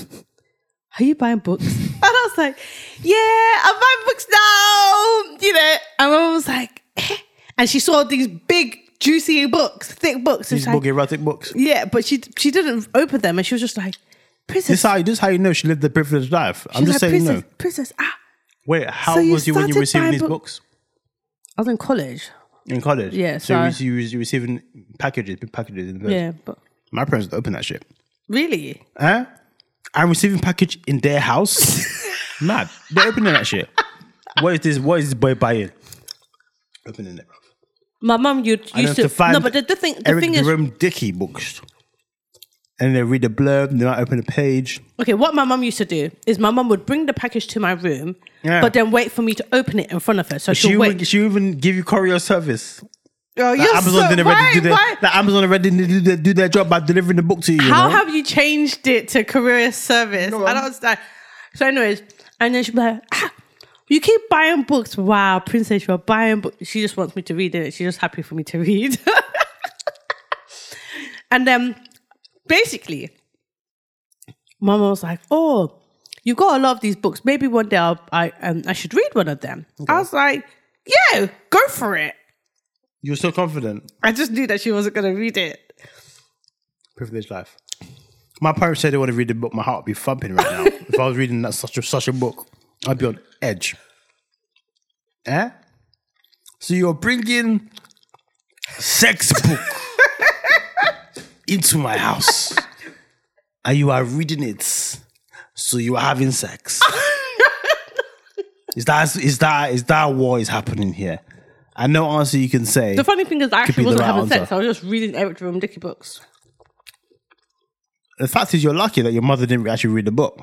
are you buying books?" and I was like, "Yeah, I'm buying books now." You know, and my mom was like, eh. and she saw these big, juicy books, thick books. and These she's like, book erotic books. yeah, but she she didn't open them, and she was just like, This "Princess." is how this is how you know she lived the privileged life. I'm She's just like, saying princess, no. princess, ah. Wait, how So you was you when you were started receiving buying these book- books I was in college. in college? Yeah, So you so- was- you was you receiving packages, big packages in the post. Yeah, but My parents don't open that shit. Really? Huh? I'm receiving package in their house. Mad. They're opening that shit. What is this? What is this boy buying? Opening it. My mum used, I used have to to. find no, but the, the thing, the Eric thing is, Jerome Dickey books. And they read the blurb, they might open the page. okay. What my mum used to do is my mum would bring the package to my room, Yeah. but then wait for me to open it in front of her. So she'll She wait. even, she even give you courier service. oh, Like Amazon so- didn't why- already do their, why- like Amazon already didn't do their, do their job by delivering the book to you. you How know? have you changed it to career service? I don't understand. So, anyways, and then she'd be like, ah, "You keep buying books. Wow, princess, you're buying books." She just wants me to read it. She's just happy for me to read. and then, basically, Mama was like, "Oh, you've got a lot of these books. Maybe one day I'll, I um, I should read one of them." I was like, "Yeah, go for it." You're so confident. I just knew that she wasn't gonna read it. Privileged life. My parents said they want to read the book. My heart would be thumping right now. if I was reading that such a, such a book, I'd be on edge. Eh? So you're bringing sex book into my house, and you are reading it. So you are having sex. is that is that is that what is happening here? And no answer you can say. The funny thing is, I be actually the wasn't right having answer. sex. I was just reading Eric Jerome Dickey books. The fact is, you're lucky that your mother didn't actually read the book.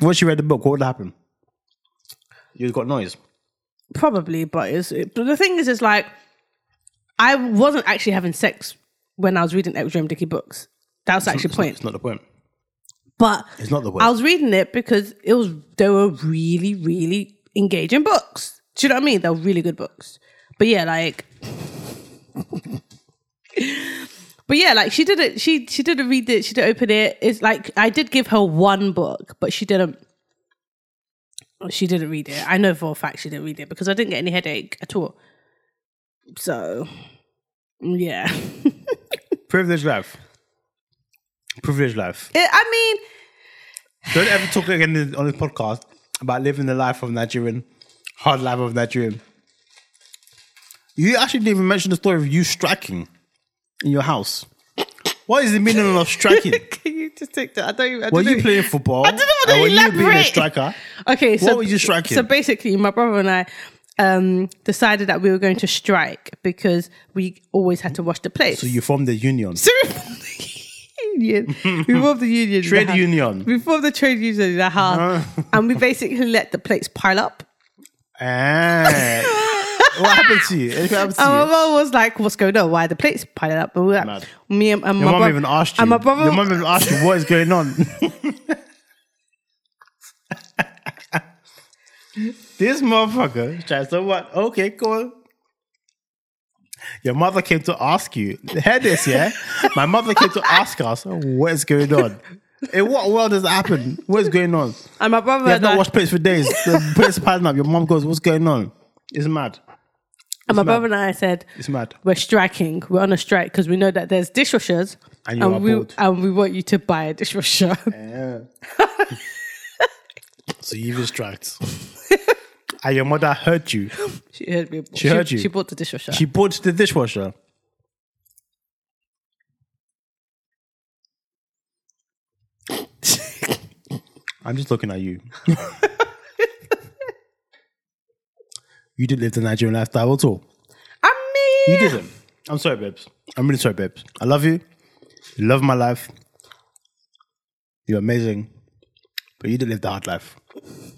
Once she read the book, what would happen? You got noise. Probably, but it's it, but the thing is, is like I wasn't actually having sex when I was reading Eric Jerome Dickey books. That was actually the point. It's not the point. But It's not the point. I was reading it because it was they were really, really engaging books. Do you know what I mean? They were really good books. But yeah, like But yeah, like she didn't she she didn't read it, she didn't open it. It's like I did give her one book, but she didn't she didn't read it. I know for a fact she didn't read it because I didn't get any headache at all. So yeah. Privileged life. Privileged life. I mean, Don't ever talk again in- on this podcast about living the life of Nigerian, hard life of Nigerian. You actually didn't even mention the story of you striking in your house. What is the meaning of striking? can you just take that? I don't even I Were don't you know. playing football? I didn't want Or to were you being a elaborate. striker? Okay, so were you striking? So basically, my brother and I um, decided that we were going to strike because we always had to wash the plates. So you formed the union. So we formed the union. We formed the union. in the Trade house. union. Uh-huh. We formed the trade union in the house, and we basically let the plates pile up. Ah. What happened to you? Anything happened to And my you? mom was like, "What's going on? Why are the plates piled up?" And we were Mad. like, "Me and, and Your my mum brother." even asked you. And my brother. Your mum even asked you what is going on. this motherfucker. Just so what? Okay, cool. Your mother came to ask you. Hear this, yeah? My mother came to ask us what is going on. In what world does that happen? What is going on? and my brother. You have not like- washed plates for days. The plates piling up. Your mom goes, "What's going on?" It's mad. and my mad. brother and I said, It's mad. "We're striking. We're on a strike because we know that there's dishwashers, And you are we bored. and we want you to buy a dishwasher." So you've been striked. and your mother heard you. she heard me. She heard you. She bought the dishwasher. She bought the dishwasher. I'm just looking at you. you didn't live the Nigerian lifestyle at all. I mean, You didn't. I'm sorry, babes. I'm really sorry, babes. I love you. You love my life. You're amazing. But you didn't live the hard life.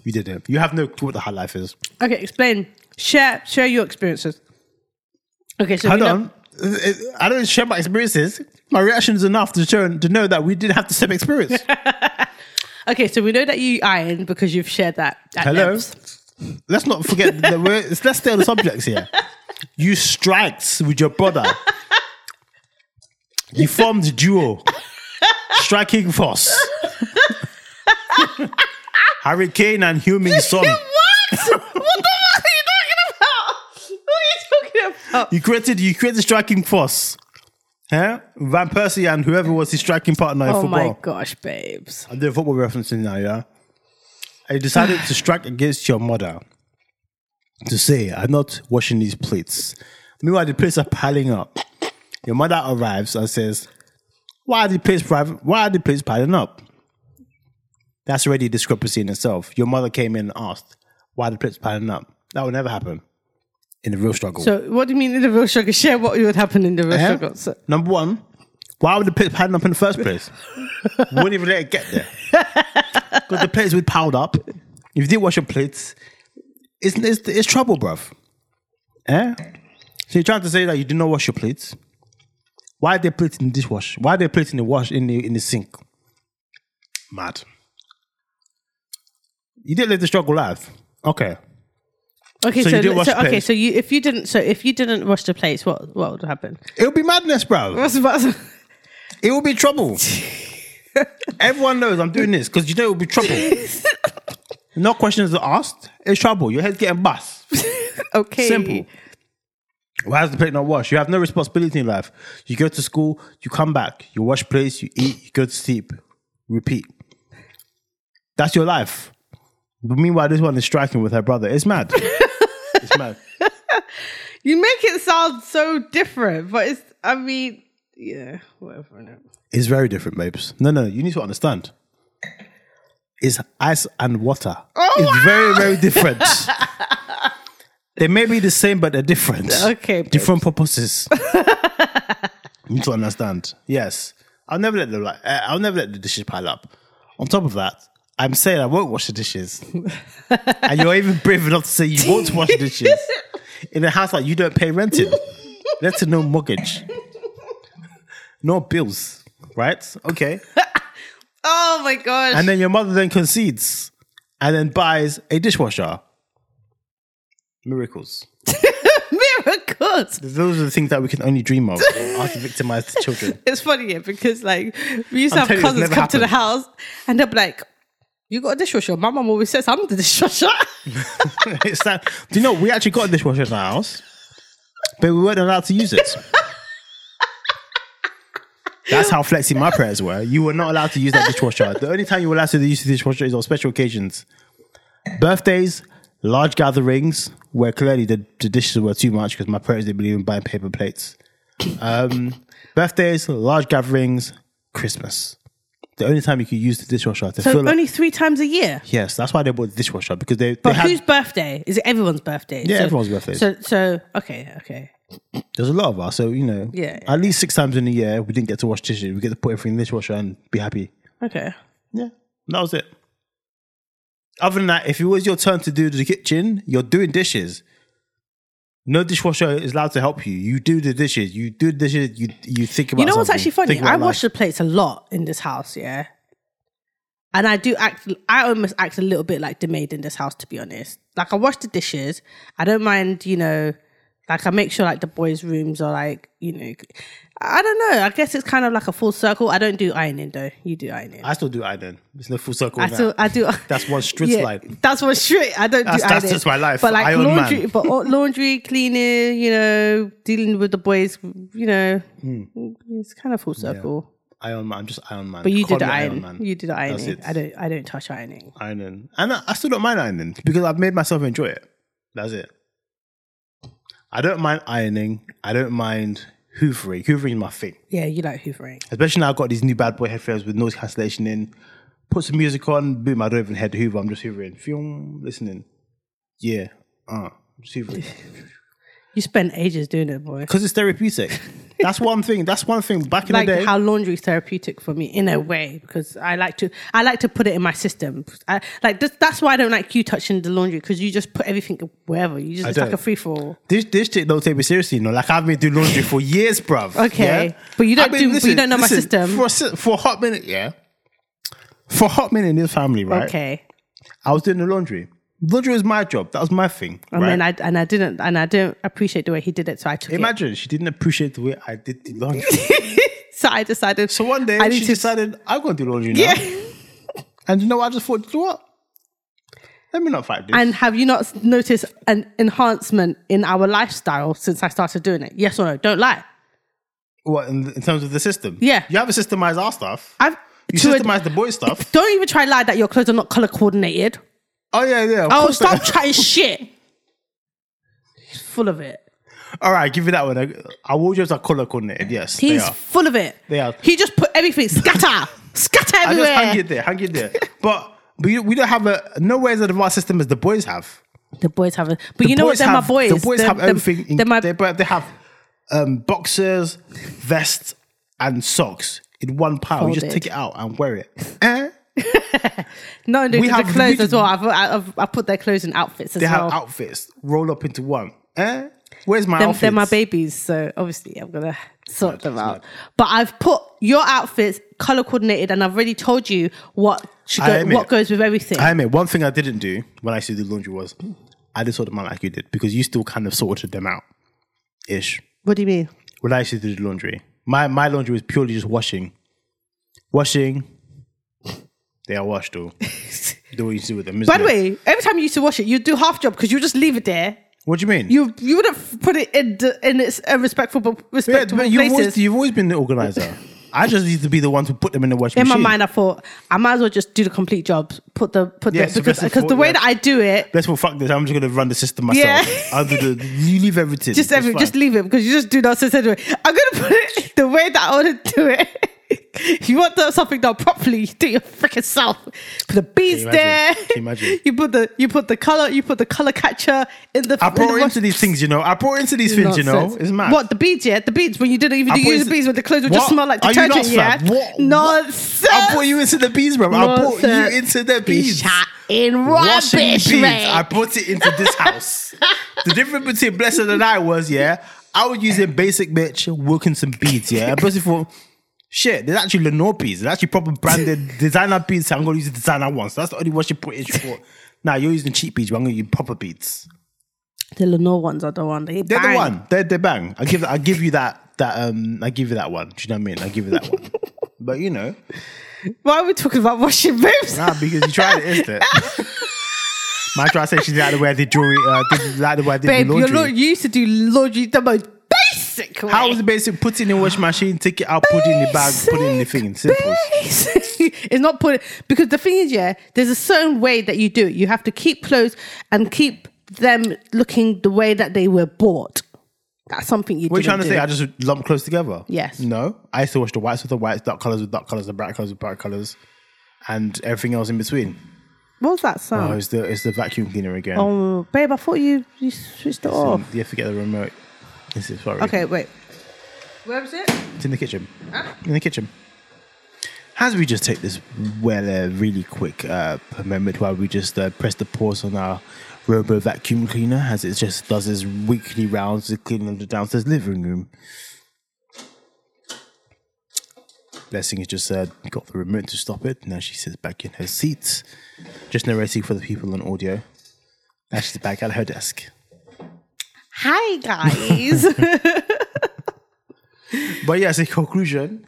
You didn't. You have no clue what the hard life is. okay. Explain. Share. Share your experiences. Okay, so Hold we know- on. I don't share my experiences. My reaction is enough to show to know that we did have the same experience. Okay, so we know that you ironed because you've shared that. At Hello. Nebs. Let's not forget that we're let's stay on the subjects here. You striked with your brother. You formed a duo. Striking force. Hurricane and human son. What? what the fuck are you talking about? What are you talking about? You created you created striking force. Huh? Van Persie and whoever was his striking partner in Oh football. my gosh, babes. I'm doing football referencing now, yeah. I decided to strike against your mother to say, I'm not washing these plates. Meanwhile, the plates are piling up. Your mother arrives and says, Why are the plates private? Why are the plates piling up? That's already a discrepancy in itself. Your mother came in and asked, Why are the plates piling up? That would never happen in the real struggle. So, what do you mean in the real struggle? Share what would happen in the real Yeah? struggle. So, Eh? Number one, why would the plates pile up in the first place? Wouldn't even let it get there. Because the plates would piled up. If you didn't wash your plates, it's, it's, it's trouble, bruv. Eh? So you're trying to say that you did not wash your plates. Why are they plates in the dishwash? Why are they plates in the wash in the in the sink? Mad. You didn't live the struggle life. Okay. okay, So so, you didn't let- so, wash the okay, plates? so you if you didn't so if you didn't wash the plates, what what would happen? It would be madness, bruv. What's about It will be trouble. Everyone knows I'm doing this because you know it will be trouble. no questions are asked. It's trouble. Your head's getting bust. okay? Simple. Why is the plate not washed? You have no responsibility in life. You go to school, you come back, you wash plates, you eat, you go to sleep, repeat. That's your life. But meanwhile, this one is striking with her brother. It's mad. it's mad. You make it sound so different, but it's I mean, yeah, whatever. innit? It's very different, babes. No, no, you need to understand. It's ice and water. Oh, it's very, very different. they may be the same, but they're different. Okay, babes. Different purposes. you need to understand. Yes. I'll never let the like, uh, I'll never let the dishes pile up. On top of that, I'm saying I won't wash the dishes. and you're even brave enough to say you won't wash the dishes in a house like you don't pay rent in. Let alone mortgage. No bills. Right? Okay. Oh my gosh. And then your mother then concedes and then buys a dishwasher. Miracles. Miracles. Those are the things that we can only dream of after victimized children. It's funny, yeah, because like we used to I'm have telling you, cousins it's never come to the happened. house and they'll be like, You got a dishwasher? My mum always says I'm the dishwasher. it's that, do you know we actually got a dishwasher in our house, but we weren't allowed to use it. That's how flexy my prayers were. You were not allowed to use that dishwasher. The only time you were allowed to use the dishwasher is on special occasions, birthdays, large gatherings, where clearly the, the dishes were too much because my parents didn't believe in buying paper plates. Um, birthdays, large gatherings, Christmas. The only time you could use the dishwasher to so fill up. only three times a year. Yes, that's why they bought the dishwasher because they, they But had whose birthday? Is it everyone's birthday? Yeah, so, everyone's birthdays. So so okay, okay. There's a lot of us, so you know, Yeah, yeah. at least six times in a year we didn't get to wash dishes. We get to put everything in the dishwasher and be happy. Okay. Yeah, that was it. Other than that, if it was your turn to do the kitchen, you're doing dishes. No dishwasher is allowed to help you. You do the dishes. You do the dishes. You you think about. You know what's something. actually funny? Think about I life. wash the plates a lot in this house, yeah. And I do act. I almost act a little bit like the maid in this house, to be honest. Like I wash the dishes. I don't mind, you know. Like I make sure like the boys' rooms are like, you know. I don't know. I guess it's kind of like a full circle. I don't do ironing though. You do ironing. I still do iron. There's no full circle. I in that. do. I do. That's one straight line. That's one straight. I don't That's- do that's ironing. just my life. But like Iron Man. laundry, but all- laundry, cleaning, you know, dealing with the boys, you know, Hmm. it's kind of full circle. Iron Man. I'm just Iron Man. But you Call did the me iron. Man. You did the That's ironing. it. I don't. I don't touch ironing. ironing. And I, I still don't mind ironing because I've made myself enjoy it. That's it. I don't mind ironing. I don't mind hoovering. Hoovering is my thing. Yeah, you like hoovering. Especially now I've got these new bad boy headphones with noise cancellation in. Put some music on, boom, I don't even head hoover, I'm just hoovering. Fium, listening. Yeah. Uh, just hoovering. You spend ages doing it, boy. Because it's therapeutic. That's one thing. That's one thing. Back in Like the day. how laundry is therapeutic for me in a way because I like to. I like to put it in my system. I, like this, that's why I don't like you touching the laundry because you just put everything wherever. You just I it's like don't. a free fall. This this shit don't take me seriously, you know. Like I've been doing laundry for years, bruv. Okay. But you don't do- but you don't know my system. For a, si- for a hot minute, yeah. For a hot minute in this family, right? Okay, I was doing the laundry. Laundry was my job. That was my thing. and right? then I and I didn't and I didn't appreciate the way he did it, so I took it. Imagine she didn't appreciate the way I did the laundry. So I decided. so one day I need she to- decided I'm gonna do laundry now. yeah. And you know, what? I just thought, you know what? Let me not fight this. And have you not s- noticed an enhancement in our lifestyle since I started doing it? Yes or no? Don't lie. what in, in terms of the system? Yeah. You haven't systemized our stuff. I've you to a- systemized the boy stuff. Don't even try to lie that your clothes are not color coordinated. Oh yeah, yeah. of Oh, course stop not. chatting shit. He's full of it. All right, give you that one. Our wardrobes are color coordinated. Yes, they He's are. full of it. They are. He just put everything scatter, scatter I just everywhere. hang it there, hang it there. but but you, we don't have a nowhere as advanced system as the boys have. the boys have it, but The you know what? boys They're my have- boys. The boys They're- have they're- everything. in, They're my they, but they have um, boxers, vests, and socks in one pile. You just Folded. take it out and wear it. Eh? no, no, we the have- we clothes just- as well. I've, I've, I've put their clothes in outfits as They have well. outfits rolled up into one. Eh? Where's my them, outfits? they're my babies, so obviously I'm gonna sort them it's out. mad. But I've put your outfits color coordinated, and I've already told you what should I go, admit- what goes with everything. I mean, one thing I didn't do when I used to do laundry was I didn't sort them out like you did because you still kind of sorted them out, ish. what do you mean? when I used to do the laundry, my, my laundry was purely just washing. Washing. They are washed though. do what you do with them. By the isn't it? way, every time you used to wash it, you do half job because you just leave it there. what do you mean? You you wouldn't f- put it in the, in its uh, respectful yeah, respectable but you've, places. always, you've always been the organizer. I just used to be the one to put them in the washing in my machine. mind, I thought I might as well just do the complete jobs. Put the put Yes, the because that's the because the thought, way yeah. that I do it, Let's well, fuck this. I'm just gonna run the system myself. Yeah. I'll do the. You leave everything. just It's every, fine. just leave it because you just do nonsense anyway. I'm gonna put it the way that I want to do it. you want the- something done properly, you do your freaking self. Put the beads you imagine? there. Can you imagine? You put the you put the color you put the color catcher in the. I in the brought wash- into these things, you know. I brought into these things, you know. Nonsense. It's mad. What the beads? Yeah, the beads. When you didn't even I do brought use it- the beads, when the clothes would just What? smell like Are you detergent. nuts, Yeah, fam? What- nonsense. I brought you into the bees, bro. I brought you Nonsense. into the Be bees. shot in Washing rubbish, beads. mate. I brought it into this house. the difference between Blessed and I was, yeah, I was using basic bitch Wilkinson beads, yeah. But for shit, there's actually Lenore beads. There's actually proper branded designer beads. I'm gonna use the designer ones. That's the only one she put in for. Now you're using cheap beads, but I'm gonna use proper beads. The Lenore ones are the one. They They're bang. the one. They're they bang. I give I give you that that um I give you that one. Do you know what I mean? I give you that one. but you know, Why are we talking about washing boobs? nah, because you tried it, isn't it? My try said she liked the way I did jewelry, uh, did, like the way I did Babe, the you're laundry. not, you used to do laundry the most basic way. How was the basic? Put it in the wash machine, take it out, put it in the bag, put it in the thing. Simple. Basic. it's not put because the thing is, yeah, there's a certain way that you do it. You have to keep clothes and keep them looking the way that they were bought. That's something you. What are you didn't trying to do. say? I just lump clothes together? Yes. No. I used to wash the whites with the whites, dark colours with dark colours, the bright colours with bright colours, and everything else in between. what was that Oh, sound? it's the it's the vacuum cleaner again. Oh, babe, I thought you you switched it off. Yeah, forget the remote. This is sorry. Oh. Okay, wait. Where was it? It's in the kitchen. In the kitchen. As we just take this well, uh, really quick uh, moment while we just uh, press the pause on our Robo vacuum cleaner as it just does its weekly rounds to clean the downstairs living room. Blessing has just uh, got the remote to stop it. Now she sits back in her seat. Just narrating for the people on audio. Now she's back at her desk. Hi, guys. But yes, in conclusion,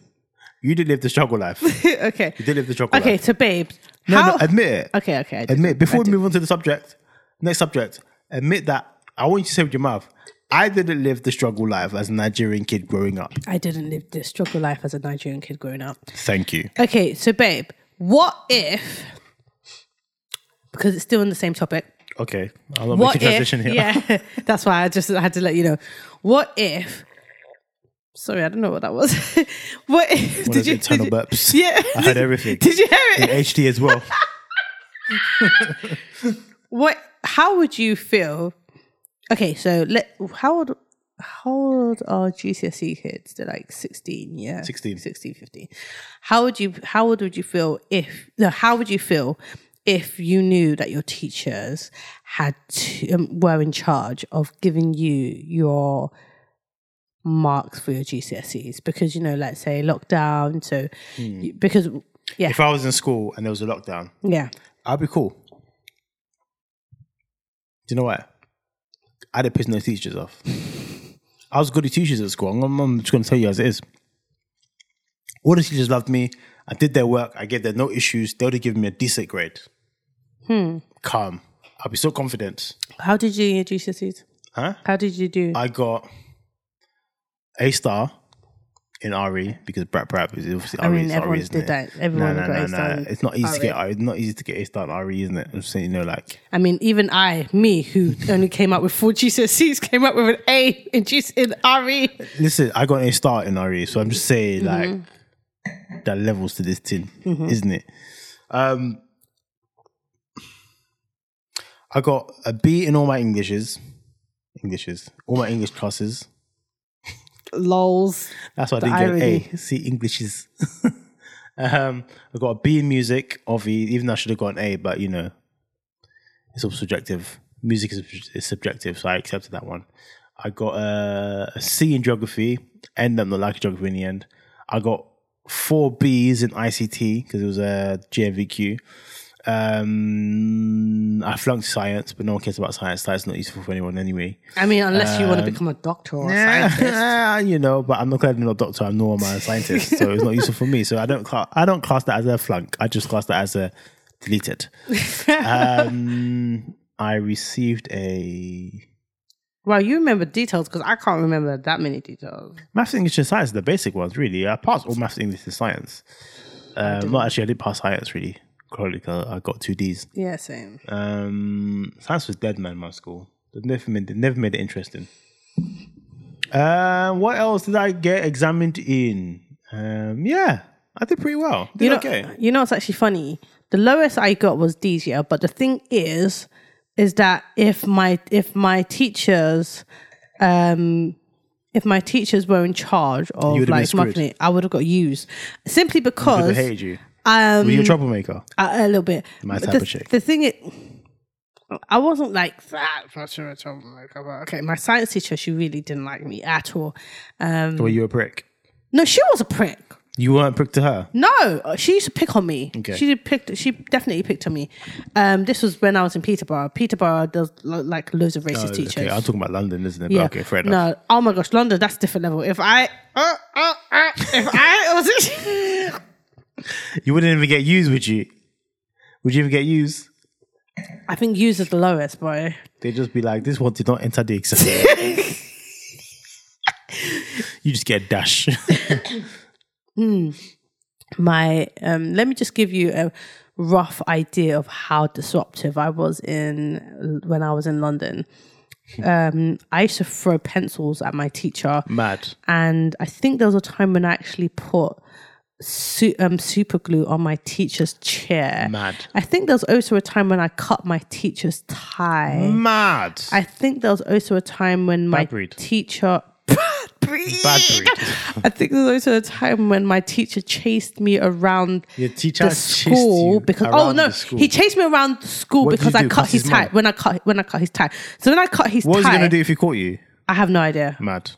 you did live the struggle life. You okay. did live the struggle Okay, life. so, babes. No, how- no, admit it. Okay, okay. I did. Admit before I we did. move on to the subject, next subject. Admit that I want you to say with your mouth. I didn't live the struggle life as a Nigerian kid growing up. I didn't live the struggle life as a Nigerian kid growing up. Thank you. Okay, so, babe, what if, because it's still on the same topic, Okay, I'll not what make a transition if, here. Yeah, that's why I just had to let you know. What if? Sorry, I don't know what that was. what if? One of the internal burps. Yeah, I heard everything. did you hear In it? HD as well. What? How would you feel? Okay, so let how old how old are GCSE E kids? They're like sixteen, yeah, 16. 16, 15. How would you? How old would you feel if? No, how would you feel if you knew that your teachers had to, um, were in charge of giving you your marks for your GCSEs? Because you know, let's say lockdown, so you- because yeah, If I was in school and there was a lockdown, yeah, I'd be cool. Do you know what? I'd have pissed no teachers off. I was good at teachers at school. I'm, I'm just going to tell you as it is. All the teachers loved me. I did their work. I gave them no issues. They would have given me a decent grade. Hmm. Calm. I'll be so confident. how did you do your GCSEs? Huh? How did you do? I got A star in RE because Brat Brat is obviously RE. I mean, is everyone RE, isn't did it? that. Everyone got A star in E. It's not RE. easy to get. It's not easy to get A star in RE, isn't it? I'm just saying, you know, like I mean, even I, me, who only came up with four GCSEs, came up with an A in G- in E. RE. Listen, I got a start in RE, so I'm just saying like that levels to this thing, isn't it? Um I got a B in all my Englishes. Englishes. All my English classes. Lols. That's why I didn't irony. get an A. See Englishes. um I got a B in music, obvi, even though I should have got an A, but you know, it's all subjective. Music is, is subjective, so I accepted that one. I got uh, a C in geography, end up not liking geography in the end. I got four Bs in ICT because it was a GMVQ. Um, I flunked science, but no one cares about science. Science is not useful for anyone anyway. I mean, unless you want to become a doctor or a scientist. Yeah, you know, but I'm not glad I'm not a doctor. I'm nor am I a scientist, so it's not useful for me. So I don't class, I don't class that as a flunk. I just class that as a deleted. um, I received a Well, you remember details because I can't remember that many details. maths, English, and science. The basic ones, really. I passed all maths, English, and science. Um, not actually. I did pass science, really. Probably 'cause I got two Ds. Yeah, same. Um, science was dead, man. My school. They never made they never made it interesting. Um, what else did I get examined in? Um, yeah, I did pretty well. Did You know, okay. you know, it's actually funny. The lowest I got was D's, yeah. But the thing is, is that if my if my teachers, um, if my teachers were in charge You of would've been like screwed. monthly, I would have got used simply People because hated you. um, Were you a troublemaker? a, a little bit. My But type the, of chick. The thing is, I wasn't like "Ah, that. For sure, at all, like, but okay, my science teacher, she really didn't like me at all. Were you a prick? No, she was a prick. You weren't a prick to her. No, uh, she used to pick on me. Okay. She did picked. She definitely picked on me. Um, this was when I was in Peterborough. Peterborough does lo- like loads of racist teachers. Oh, Okay, I'm talking about London, isn't it? But Okay, fair enough. No, oh my gosh, London, that's a different level. If I, uh, uh, uh, if I was, You wouldn't even get used, would you? Would you even get used? I think use is the lowest, boy. They'd just be like, "This one did not enter the exam." you just get a dash. my um let me just give you a rough idea of how disruptive I was in when I was in London. Um I used to throw pencils at my teacher Mad. and I think there was a time when I actually put su- um, super glue on my teacher's chair. Mad. I think there was also a time when I cut my teacher's tie. Mad. I think there was also a time when my Bad breed. teacher breathe. Bad breed. I think there's also a time when my teacher chased me around Your teacher the chased school you because oh around no, the school. he chased me around the school What did because you I do? cut Cuss his his tie mum? when I cut when I cut his tie. So when I cut his What was tie, he gonna do if he caught you? I have no idea. Mad.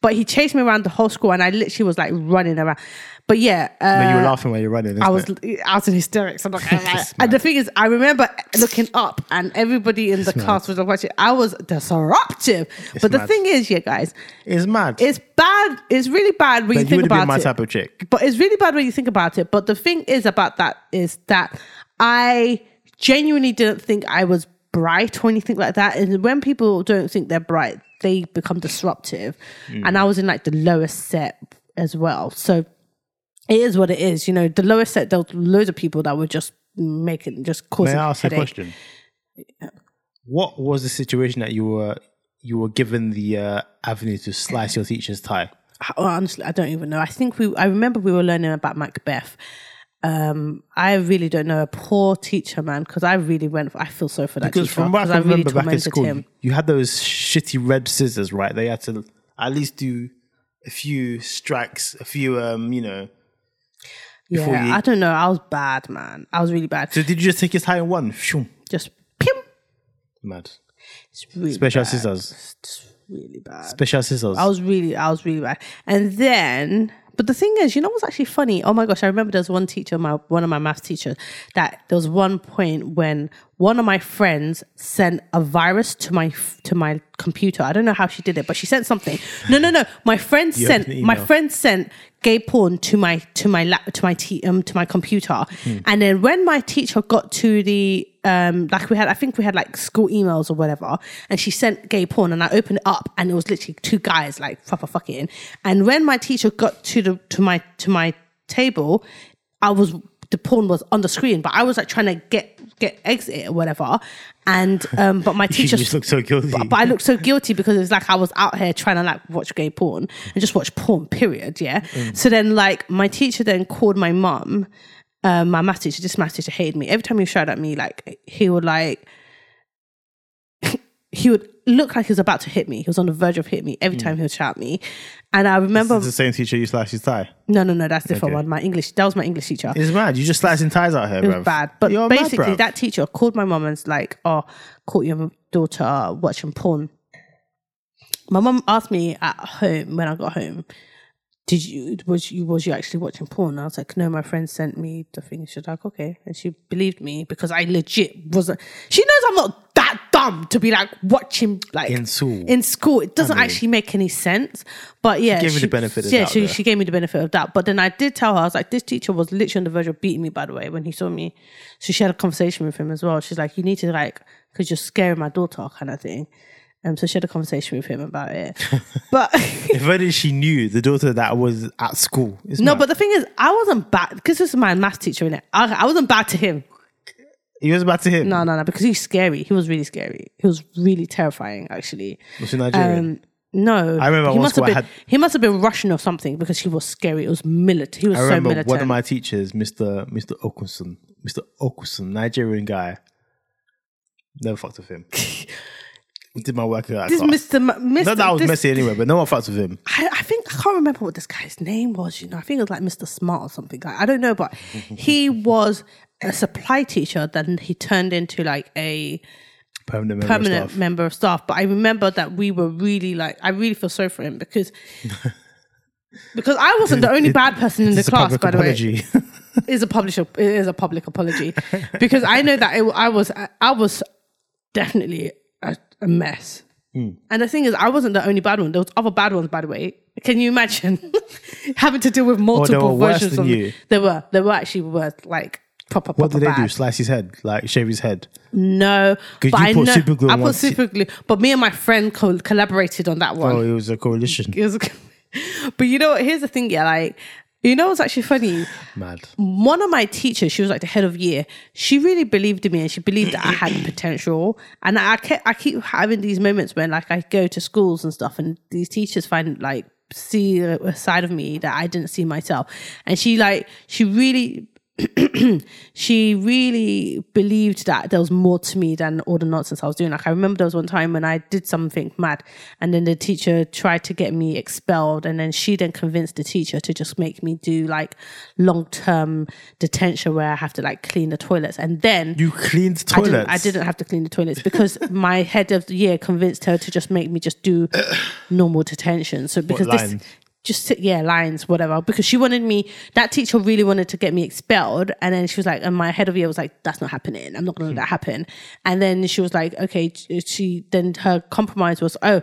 But he chased me around the whole school, and I literally was like running around. But yeah, uh, No, you were laughing while you're running. isn't I was it? I was in hysterics. I'm not gonna lie. and the thing is, I remember looking up, and everybody in the class was watching. I was disruptive. but the mad. thing is, yeah, guys, It's mad. it's bad. It's really bad when Like, you you think would have about been my it. type of chick. But it's really bad when you think about it. But the thing is about that is that I genuinely didn't think I was bright or anything like that. And when people don't think they're bright, they become disruptive. And I was in like the lowest set as well. So it is what it is. You know, the lowest set, there were loads of people that were just making, just May causing I ask a headache. question? What was the situation that you were you were given the uh, avenue to slice your teacher's tie? I- honestly, I don't even know. I think we, I remember we were learning about Macbeth. Um, I really don't know. A poor teacher, man, because I really went. I feel so for that Because teacher, from what I 'cause can really remember back in tormented school, him. you had those shitty red scissors, right? They had to at least do a few strikes, a few, um, you know. before Yeah, you- I don't know. I was bad, man. I was really bad. So did you just take his tie in one? Phew. Just pim. Mad. It's really Special bad. scissors. It's really bad. Special scissors. I was really, I was really bad. And then, but the thing is, you know what's actually funny? Oh my gosh, I remember there was one teacher, my one of my maths teachers, that there was one point when one of my friends sent a virus to my to my computer. I don't know how she did it, but she sent something. No, no, no. My friend sent opened the my email. friend sent gay porn to my to my lap to my te- um to my computer, Hmm. and then when my teacher got to the um like we had I think we had like school emails or whatever, and she sent gay porn, and I opened it up, and it was literally two guys like proper fucking, and when my teacher got to the to my to my table, I was the porn was on the screen, but I was like trying to get get exit or whatever, and um but my you teacher just look so guilty. but, but I looked so guilty because it was like I was out here trying to like watch gay porn and just watch porn, period. Yeah. So then, like, my teacher then called my mum, um, my math teacher, this math teacher hated me. Every time he shouted at me, like, he would like, he would look like he was about to hit me. He was on the verge of hitting me every time he would shout at me. And I remember, It's the same teacher you sliced his tie. no, no, no, that's a different Okay. one. My English, that was my English teacher. It's mad. You just slicing ties out here, It bruv. was bad. But You're mad, basically, bruv. that teacher called my mum and's like, "Oh, caught your daughter uh, watching porn." My mum asked me at home when I got home, "Did you was you was you actually watching porn?" And I was like, "No, my friend sent me the thing." She's like, "Okay," and she believed me because I legit wasn't. She knows I'm not that dumb to be like watching like In school. In school, it doesn't actually make any sense. But yeah, gave me the benefit of yeah, doubt she- there. she gave me the benefit of doubt. But then I did tell her, I was like, this teacher was literally on the verge of beating me, by the way, when he saw me. So she had a conversation with him as well. She's like, you need to, like, because you're scaring my daughter, kind of thing. Um, so she had a conversation with him about it. But If only she knew the daughter that was at school. It's no, mad. but the thing is, I wasn't bad, because this is my math teacher, innit? I, I wasn't bad to him. he was about to hit. No, no, no, because he's scary. He was really scary. He was really terrifying, actually. Was she Nigerian? Um, no, I remember he one must have school I been had- he must have been Russian or something because he was scary. It was militant. He was I so remember militant. one of my teachers, Mr. Mr. Okunson, Mr. Okunson, Nigerian guy. Never fucked with him. Did my work in that this class. Mr. M- Mr. Not that I was this- messy anyway, but no one fucked with him. I, I think I can't remember what this guy's name was. You know, I think it was like Mr. Smart or something. Like, I don't know, but he was a supply teacher. Then he turned into like a Permanent member permanent of staff. member of staff. But I remember that we were really like, I really feel sorry for him because. Because I wasn't the only It- bad person in the It's a class, public by the way. apology. It is a public it is a public apology because I know that it, I was I was definitely a, a mess. Hmm. And the thing is, I wasn't the only bad one. There was other bad ones, by the way. Can you imagine having to deal with Oh, they were multiple worse versions than of you. There were there were actually worse, like proper. what did proper they do? bad. Slice his head, like shave his head. No, but Could you I put know super glue I on put one t- super glue. But me and my friend co- collaborated on that one. Oh, it was a coalition. It was, but you know what? Here's the thing, yeah. Like you know what's actually funny Mad. one of my teachers, she was like the head of year. She really believed in me, and she believed that I had potential. And I kept, I keep having these moments when, like, I go to schools and stuff, and these teachers find like see a a side of me that I didn't see myself. And she like, she really she really believed that there was more to me than all the nonsense I was doing. Like I remember there was one time when I did something mad, and then the teacher tried to get me expelled, and then she then convinced the teacher to just make me do like long term detention where I have to like clean the toilets, and then You cleaned I didn't- toilets. I didn't have to clean the toilets because my head of the year convinced her to just make me just do normal detention. So because this lines? just sit yeah lines whatever because she wanted me that teacher really wanted to get me expelled and then she was like and my head of year was like that's not happening i'm not going to let that happen and then she was like okay she then her compromise was oh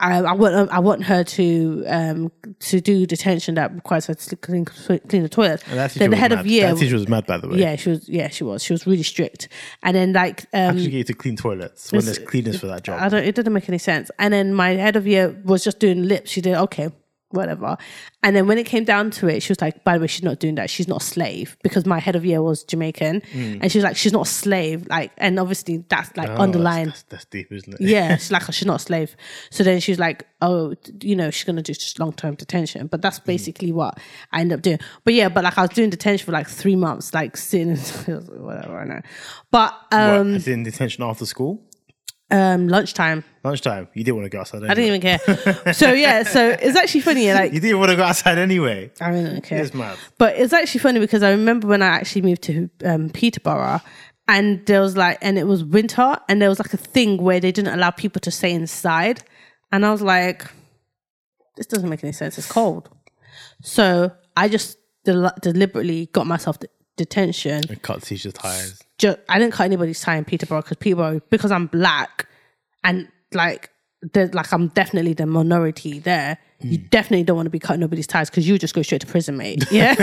I, I want I want her to um to do detention that requires her to clean, clean the toilets. And that teacher then the was head mad. of year That teacher was mad, by the way. yeah, she was. Yeah, she was. She was really strict. And then like, um, Actually, get you to clean toilets when It's- there's cleaners for that I job. don't. It didn't make any sense. And then my head of year was just doing lips. She did okay, whatever. And then when it came down to it, she was like, "By the way, she's not doing that. She's not a slave." Because my head of year was Jamaican, and she was like, "She's not a slave." Like, and obviously that's like Hmm. Oh, underlying. That's, that's, that's deep, isn't it? yeah, she's like, she's not a slave. So then she's like, oh, d- you know, she's gonna do just long term detention. But that's basically what I ended up doing. But yeah, but like I was doing detention for like three months, like sitting in whatever I know. But What, um, as in detention after school? um, lunchtime, Lunchtime. You didn't want to go outside anyway. I didn't even care. so yeah, so it's actually funny. Like you didn't want to go outside anyway. I really don't care. It's mad. But it's actually funny because I remember when I actually moved to um, Peterborough and there was like, and it was winter and there was like a thing where they didn't allow people to stay inside. And I was like, this doesn't make any sense. It's cold. So I just del- deliberately got myself de- detention. And cut teacher's tires. Ju- I didn't cut anybody's tie in Peterborough because Peterborough, because I'm black and like, there's like I'm definitely the minority there. You definitely don't want to be cutting nobody's ties because you just go straight to prison, mate. Yeah.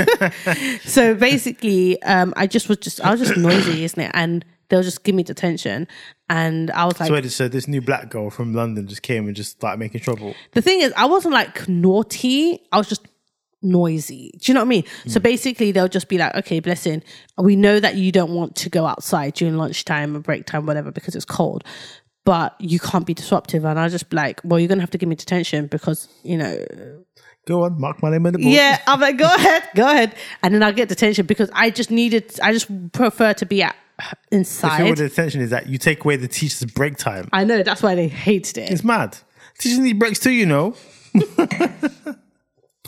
so basically, um, I just was just I was just noisy, isn't it? And they'll just give me detention, and I was like, So, wait, so this new black girl from London just came and just started making trouble. the thing is, I wasn't like naughty. I was just noisy. Do you know what I mean? So basically, they'll just be like, okay, blessing, we know that you don't want to go outside during lunchtime or break time, whatever, because it's cold, but you can't be disruptive. And I'll just be like, well, you're going to have to give me detention because, you know, Go on, mark my name on the board. yeah, I'm like, go ahead, go ahead. And then I'll get detention because I just needed, I just prefer to be at I feel what inside. the detention is that you take away the teacher's break time. I know that's why they hated it. It's mad. Teachers need breaks too, you know.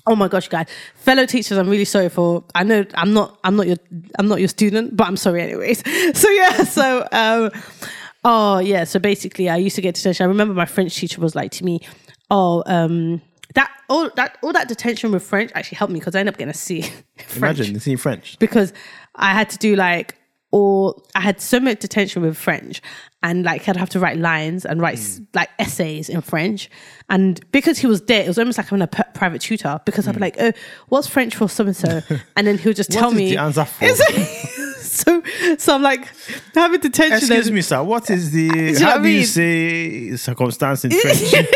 Oh my gosh, guys, fellow teachers, I'm really sorry for. I know I'm not, I'm not your, I'm not your student, but I'm sorry anyways. So yeah, so um, oh yeah, so basically, I used to get detention. I remember my French teacher was like to me, oh um, that all that all that detention with French actually helped me because I ended up getting a C. in French Imagine it's in French. because I had to do like all I had so much detention with French and like I'd have to write lines and write Mm. s like essays in French and because he was there it was almost like I'm in a p- private tutor because I'd be like oh what's French for so and so and then he'll just tell Mm. What is me the answer for? so so I'm like having detention Excuse and- me, sir. What is the you know how what I do you mean? say circumstance in French?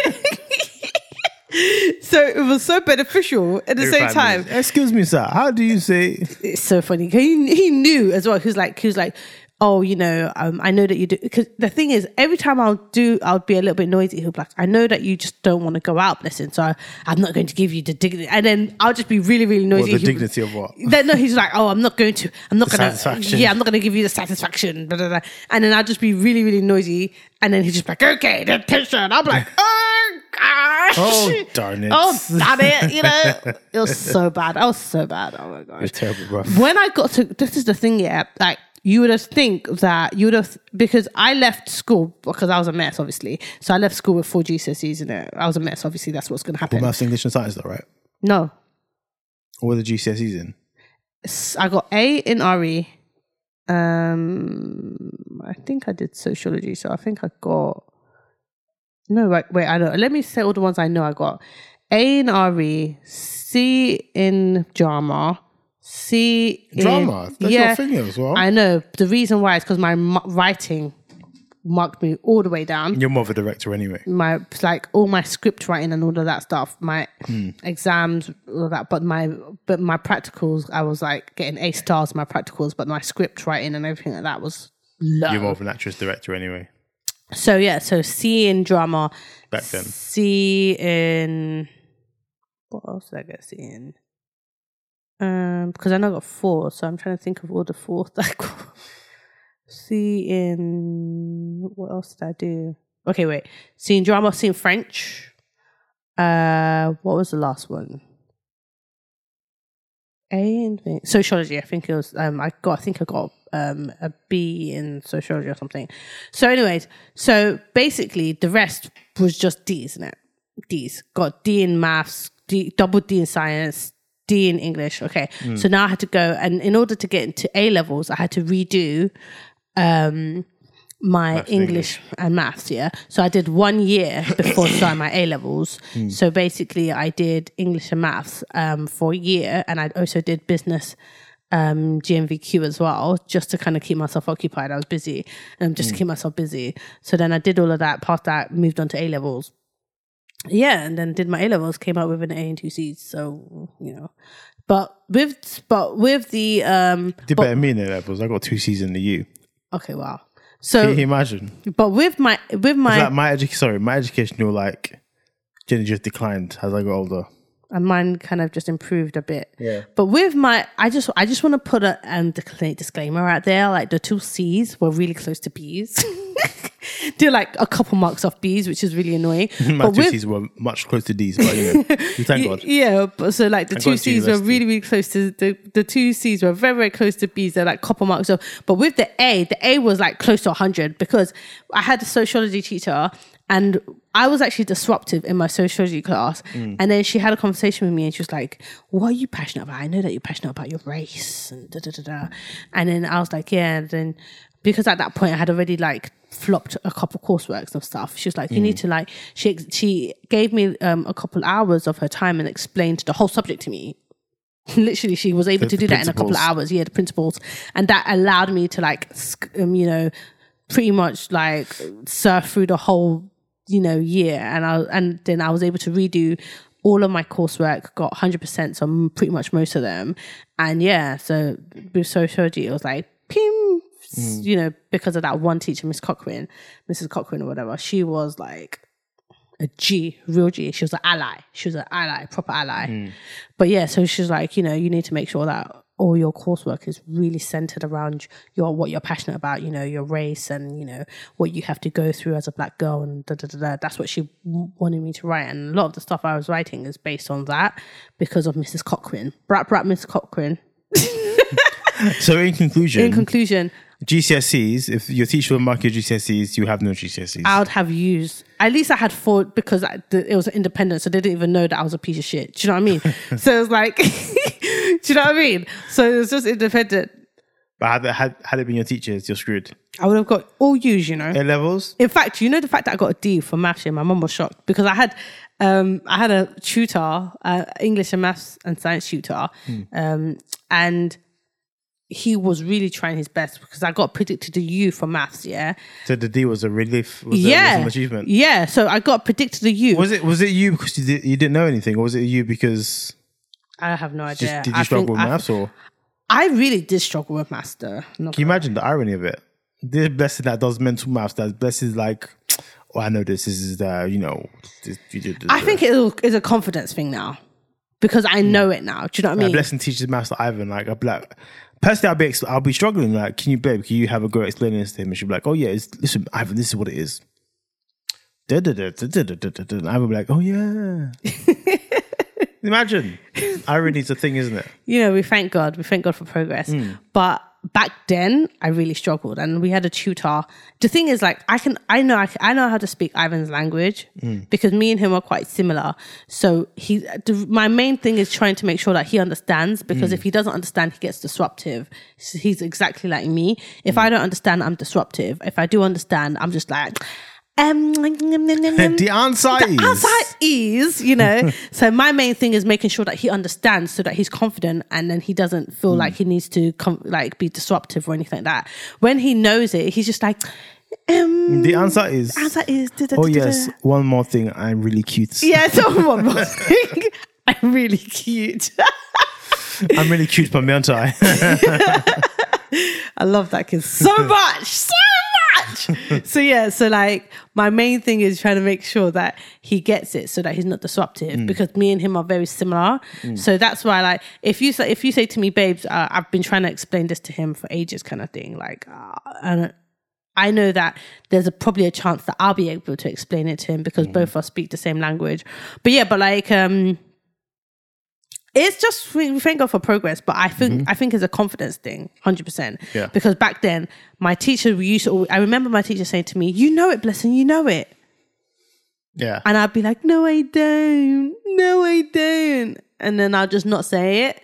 so it was so beneficial at the Every same five time minutes. Excuse me, sir. How do you say? it's so funny. 'Cause He, he knew as well. He was like, he was like, oh, you know, um, I know that you do. Because the thing is, every time I'll do, I'll be a little bit noisy. He'll be like, I know that you just don't want to go out, blessing. So I, I'm not going to give you the dignity. And then I'll just be really, really Or noisy. the He'll- dignity of what? then no, he's like, oh, I'm not going to, I'm not The going to, satisfaction. yeah, I'm not going to give you the satisfaction, blah, blah, blah. and then I'll just be really, really noisy, and then he's just like, okay, the attention. I'm like, oh gosh, Oh, darn it. oh damn it, you know, it was so bad, I was so bad, oh my gosh, It's terrible, bro. when I got to this is the thing, yeah, like you would have think that you would have because I left school because I was a mess, obviously. So I left school with four GCSEs in it. I was a mess, obviously. That's what's going to happen. Maths, English, and science, though, right? No, Or the GCSEs E in? S- I got A in RE. Um, I think I did sociology, so I think I got. No, right, wait, I know. Let me say all the ones I know I got. A in RE, C in drama, C in. Drama? That's your thing as well. I know. The reason why is because my mu- writing marked me all the way down. You're more of a director anyway. My like all my script writing and all of that stuff, my exams, all that. But my but my practicals, I was like getting A stars in my practicals, but my script writing and everything like that was low. You're more of an actress director anyway. So yeah, so C in drama, Back then. C in what else did I get C in? Uh, Um, because I know I got four, so I'm trying to think of all the fours that I got. Seeing what else did I do? Okay, wait. Seeing drama, seeing French. Uh, what was the last one? A in Fe- sociology. I think it was. Um, I got. I think I got um a B in sociology or something. So, anyways, so basically the rest was just D, isn't it? D's. Got D in maths, D, double D in science, D in English. Okay. So now I had to go, and in order to get into A levels, I had to redo um, my and English and maths. Yeah. So I did one year before starting my A levels. So basically, I did English and maths um, for a year, and I also did business. Um, GMVQ as well, just to kind of keep myself occupied. I was busy, um, just to keep myself busy. So then I did all of that. Past that, moved on to A levels, yeah, and then did my A levels, came out with an A and two C's. So you know, but with but with the um, Did better than me in their levels. I got two C's in the U. okay, wow. Can So you imagine? but with my with It's Oh. my like my edu- sorry, my educational like journey just declined as I got older. and mine kind of just improved a bit. Yeah. But with my, I just I just want to put a um, discla- disclaimer out there. Like the two C's were really close to B's. They're like a couple marks off B's, which is really annoying. My but two with C's were much closer to D's, but you know, we thank God. Yeah, but so like the And two going to C's were university. really, really close to the, the two C's were very, very close to B's. They're like copper marks. So, but with the A, the A was like close to 100 because I had a sociology teacher and I was actually disruptive in my sociology class. And then she had a conversation with me and she was like, What are you passionate about? I know that you're passionate about your race and da da da da. And then I was like, Yeah. And then because at that point I had already like flopped a couple courseworks and stuff. She was like, "You need to like." She ex- she gave me um, a couple hours of her time and explained the whole subject to me. Literally, she was able The- to do the that in a couple of principles. hours. Yeah, the principles, and that allowed me to like, sk- um, you know, pretty much like surf through the whole you know year, and I and then I was able to redo. All of my coursework got 100%, so m- pretty much most of them. And yeah, so with sociology, it was like, pim, Mm. you know, because of that one teacher, Miss Cochran, Mrs. Cochran or whatever, she was like a G, real G. She was an ally. She was an ally, proper ally. But yeah, so she's like, you know, you need to make sure that all your coursework is really centered around your what you're passionate about, you know, your race and you know what you have to go through as a black girl and da da da. da. That's what she w- wanted me to write, and a lot of the stuff I was writing is based on that because of Mrs. Cochran, brat brat Miss Cochran. So in conclusion, In conclusion, GCSEs, if your teacher will mark your GCSEs, you have no GCSEs. I would have used. At least I had four because I, the, it was independent, so they didn't even know that I was a piece of shit. Do you know what I mean? so it was like, do you know what I mean? So it was just independent. but had, had had it been your teachers, you're screwed. I would have got all U's, you know. A levels, In fact, you know the fact that I got a D for maths year, my mum was shocked because I had um, I had a tutor, uh, English and maths and science tutor, Hmm. um, and he was really trying his best because I got predicted a U for maths, yeah, so the D was a relief. Was a- yeah, was an achievement. yeah. So I got predicted a U. Was it was it you because you, did, you didn't know anything, or was it you because I have no idea. just, did you I struggle think with I- maths, or I really did struggle with maths, though. I'm not can you gonna- imagine the irony of it? This blessing that does mental maths, that blesses like, oh, I know this, this is the you know, this, you did. This, I think it is a confidence thing now because Hmm. I know it now. Do you know what I My mean? blessing teaches maths to Ivan, like a black. Personally, I'll be ex- I'll be struggling. Like, can you, babe? Can you have a go at explaining this to him? And she'll be like, "Oh yeah, it's, listen, Ivan, this is what it is." Da, da, da, da, da, da, da, da, da. And Ivan will be like, "Oh yeah." Imagine, irony's a thing, isn't it? you know, we thank God, we thank God for progress. But back then, I really struggled, and we had a tutor. The thing is, like, I can, I know, I, can- I know how to speak Ivan's language because me and him are quite similar. So he, the, my main thing is trying to make sure that he understands because if he doesn't understand, he gets disruptive. So he's exactly like me. If I don't understand, I'm disruptive. If I do understand, I'm just like. Um, The answer is outside ease, you know. so my main thing is making sure that he understands so that he's confident and then he doesn't feel like Mm. he needs to com- like be disruptive or anything like that. When he knows it, he's just like, um, the answer is. outside ease. da, da, Oh da, da, yes, da." one more thing. I'm really cute. Yeah, so one more thing. I'm really cute. I'm really cute, but aren't I? I love that kid so much, so much. much. so yeah, so like my main thing is trying to make sure that he gets it so that he's not disruptive because me and him are very similar. So that's why like if you say if you say to me, babes, uh, I've been trying to explain this to him for ages, kind of thing. Like, uh, I don't. I know that there's a, probably a chance that I'll be able to explain it to him because both of us speak the same language. But yeah, but like, um, it's just we thank God for progress, but I think I think it's a confidence thing, hundred percent. Yeah. Because back then, my teacher we used to. Always, I remember my teacher saying to me, "You know it, blessing. You know it," Yeah. and I'd be like, "No, I don't. No, I don't," and then I'll just not say it.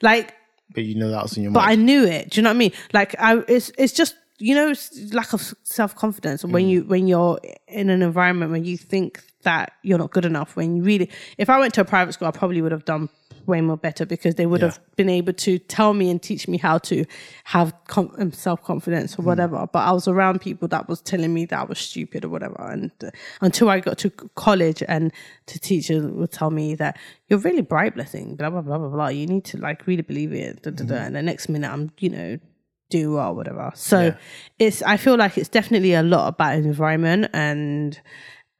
Like but you know that was in your but I mind. knew it. Do you know what I mean? Like I, it's it's just you know it's lack of self confidence when you when you're in an environment where you think that you're not good enough. When you really, if I went to a private school, I probably would have done way more better because they would Yeah. have been able to tell me and teach me how to have com- um, self confidence or whatever. But I was around people that was telling me that I was stupid or whatever, and uh, until I got to c- college and the teacher would tell me that you're really bright, blessing, blah blah blah blah blah. You need to like really believe it, da, da, da. and the next minute I'm you know do well, whatever. So Yeah. it's I feel like it's definitely a lot about environment and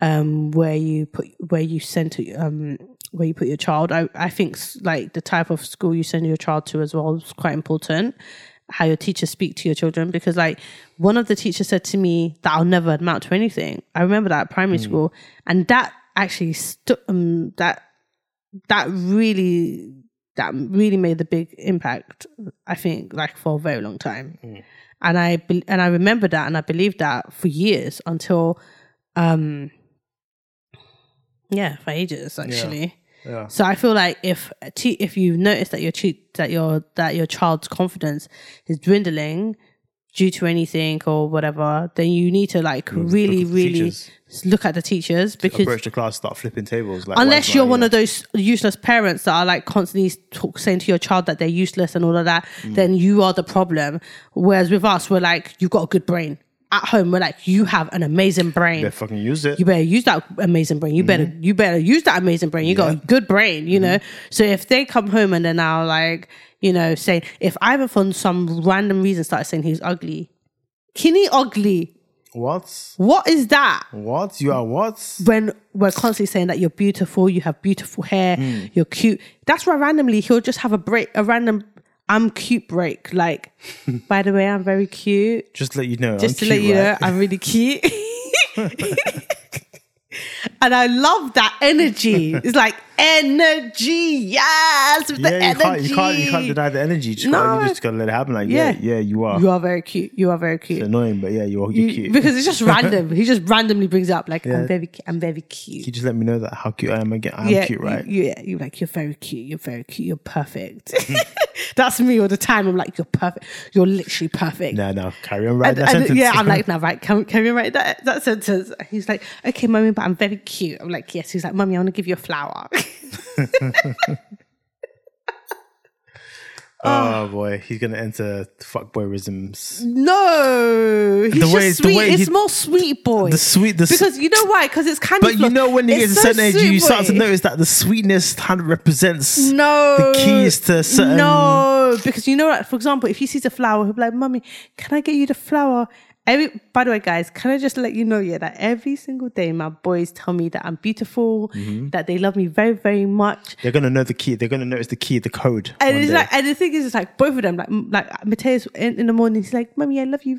um, where you put where you send to um, where you put your child. I I think s- like the type of school you send your child to as well is quite important. How your teachers speak to your children because like one of the teachers said to me that I'll never amount to anything. I remember that at primary school, and that actually stu- um, that that really that really made the big impact. I think like for a very long time, Mm. and I be- and I remember that and I believed that for years until um yeah for ages actually Yeah. so i feel like if a te- if you notice that your che- that your that your child's confidence is dwindling due to anything or whatever then you need to like really Mm, at the really teachers. s- look at the teachers because Approach the class, start flipping tables. Like, unless why- you're why- one yeah. of those useless parents that are like constantly talk, saying to your child that they're useless and all of that, then you are the problem. Whereas with us, we're like, you've got a good brain. At home, we're like, you have an amazing brain They fucking use it. you better use that amazing brain. You better you better use that amazing brain. You got a good brain, you know. So if they come home and they're now like, you know, saying if Ivan for some random reason started saying he's ugly, kinny ugly. what? What is that? What? You are what? When we're constantly saying that you're beautiful, you have beautiful hair, Mm. you're cute. That's why randomly he'll just have a break, a random I'm cute break. Like, by the way, I'm very cute Just to let you know. just I'm to let cute, you know, right? I'm really cute. and I love that energy. It's like energy, yes, with the Yeah, you energy. can't, you can't, you can't deny the energy. You just, gotta, No. you just gotta let it happen. Like, yeah, yeah, you are. You are very cute. You are very cute. annoying, but yeah, you are. You're You- cute. Because it's just random. he just randomly brings it up like I'm very, cu- I'm very cute. you just let me know that how cute I am again. I'm cute, you- right? you- yeah, you're like, you're very cute, you're very cute, you're perfect. That's me all the time. I'm like, you're perfect, you're literally perfect. No, no, carry on And- writing that and, sentence. yeah, I'm like, now right, can, can we write that, that sentence? And He's like, okay, mummy, but I'm very cute. I'm like, yes. He's like, mummy, I want to give you a flower. oh boy, he's gonna enter fuckboyisms. no, he's The just way- the sweet. way it's he- more sweet boy. The sweet, the because you know why? Because it's kind but of. you know when he gets a certain age, you start to know. notice that the sweetness kind of represents. No. the keys to certain- No, because you know, like, for example, if he sees a flower, he'll be like, "Mummy, can I get you the flower?" Every, by the way, guys, can I just let you know, yeah, that every single day my boys tell me that I'm beautiful, Mm-hmm. that they love me very, very much. They're gonna know the key. They're gonna notice the key, the code. And one it's day. like, and the thing is, it's like both of them, like like Mateus in, in the morning, he's like, "Mummy, I love you," and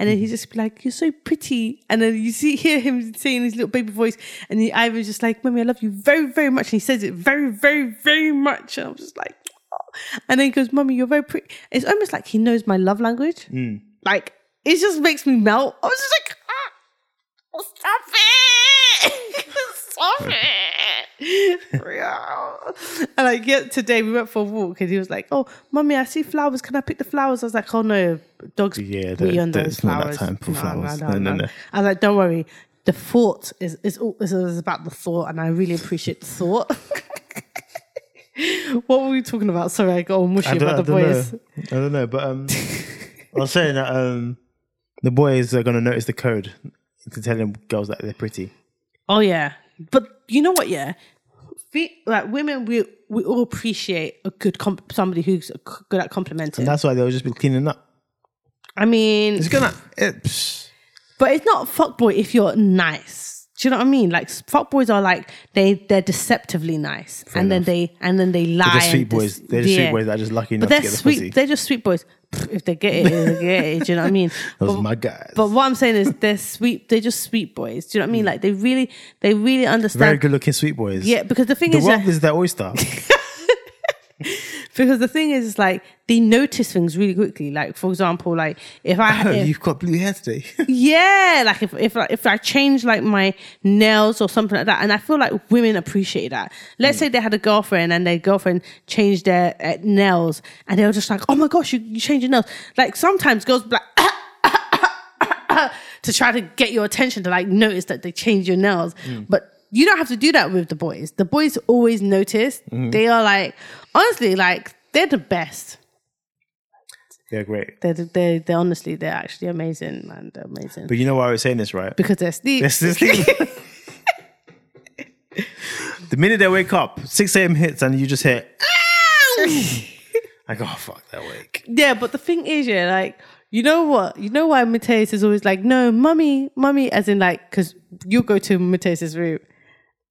Mm-hmm. then he's just be like, "You're so pretty," and then you see hear him saying his little baby voice, and he, Ivan's just like, "Mummy, I love you very very much," and he says it very very very much, and I'm just like, "Aw." and then he goes, "Mummy, you're very pretty." It's almost like he knows my love language. Mm. Like it just makes me melt. I was just like, ah, stop it. Stop it. Yeah. and like yeah, today we went for a walk and he was like, Oh, mummy, I see flowers. Can I pick the flowers? I was like, Oh no, dogs Yeah, pee that- on that- those it's not flowers. that time for flowers. No, no, no. I was like, Don't worry. The thought is is all is is about the thought and I really appreciate the thought. what were we talking about? Sorry, I got all mushy about the boys. know. I don't know, but um, I was saying that um, the boys are gonna notice the code to tell them girls that they're pretty. Oh yeah, but you know what? Yeah, Fe- like women, we we all appreciate a good comp- somebody who's c- good at complimenting. That's why they'll just be cleaning up. I mean, It's gonna. It, psh, But it's not fuckboy if you're nice. Do you know what I mean? Like s- fuckboys are like they they're deceptively nice, and then enough. they and then they lie. They're just and sweet dis- boys. They're just yeah. sweet boys that are just lucky enough But to they're get the sweet. pussy. They're just sweet boys. Pff, If they get it, they get it. Do you know what I mean? Those But- are my guys. But what I'm saying is they're sweet. They're just sweet boys. Do you know what I mean? Like they really, they really understand. Hmm. Very good looking sweet boys. Yeah, because the thing The is, world that- is their oyster. because the thing is, like they notice things really quickly. Like for example, like if I, Oh, if- You've got blue hair today. yeah, like if if I- if I change like my nails or something like that, and I feel like women appreciate that. Let's say they had a girlfriend and their girlfriend changed their uh, nails, and they were just like, "Oh my gosh, you you changed your nails!" Like sometimes girls be like. to try to get your attention to like notice that they change your nails. But you don't have to do that with the boys. The boys always notice. They are like, honestly, like they're the best. They're great. They're, they're, they're honestly, they're actually amazing, man. They're amazing. But you know why I was saying this, right? because they're sleep. This is the minute they wake up, 6 a.m. hits and you just hear, like, oh, fuck, they're awake. Yeah, but the thing is, yeah, like you know what? You know why Mateus is always like, no, mummy, mummy, as in like, because you'll go to Mateus's room,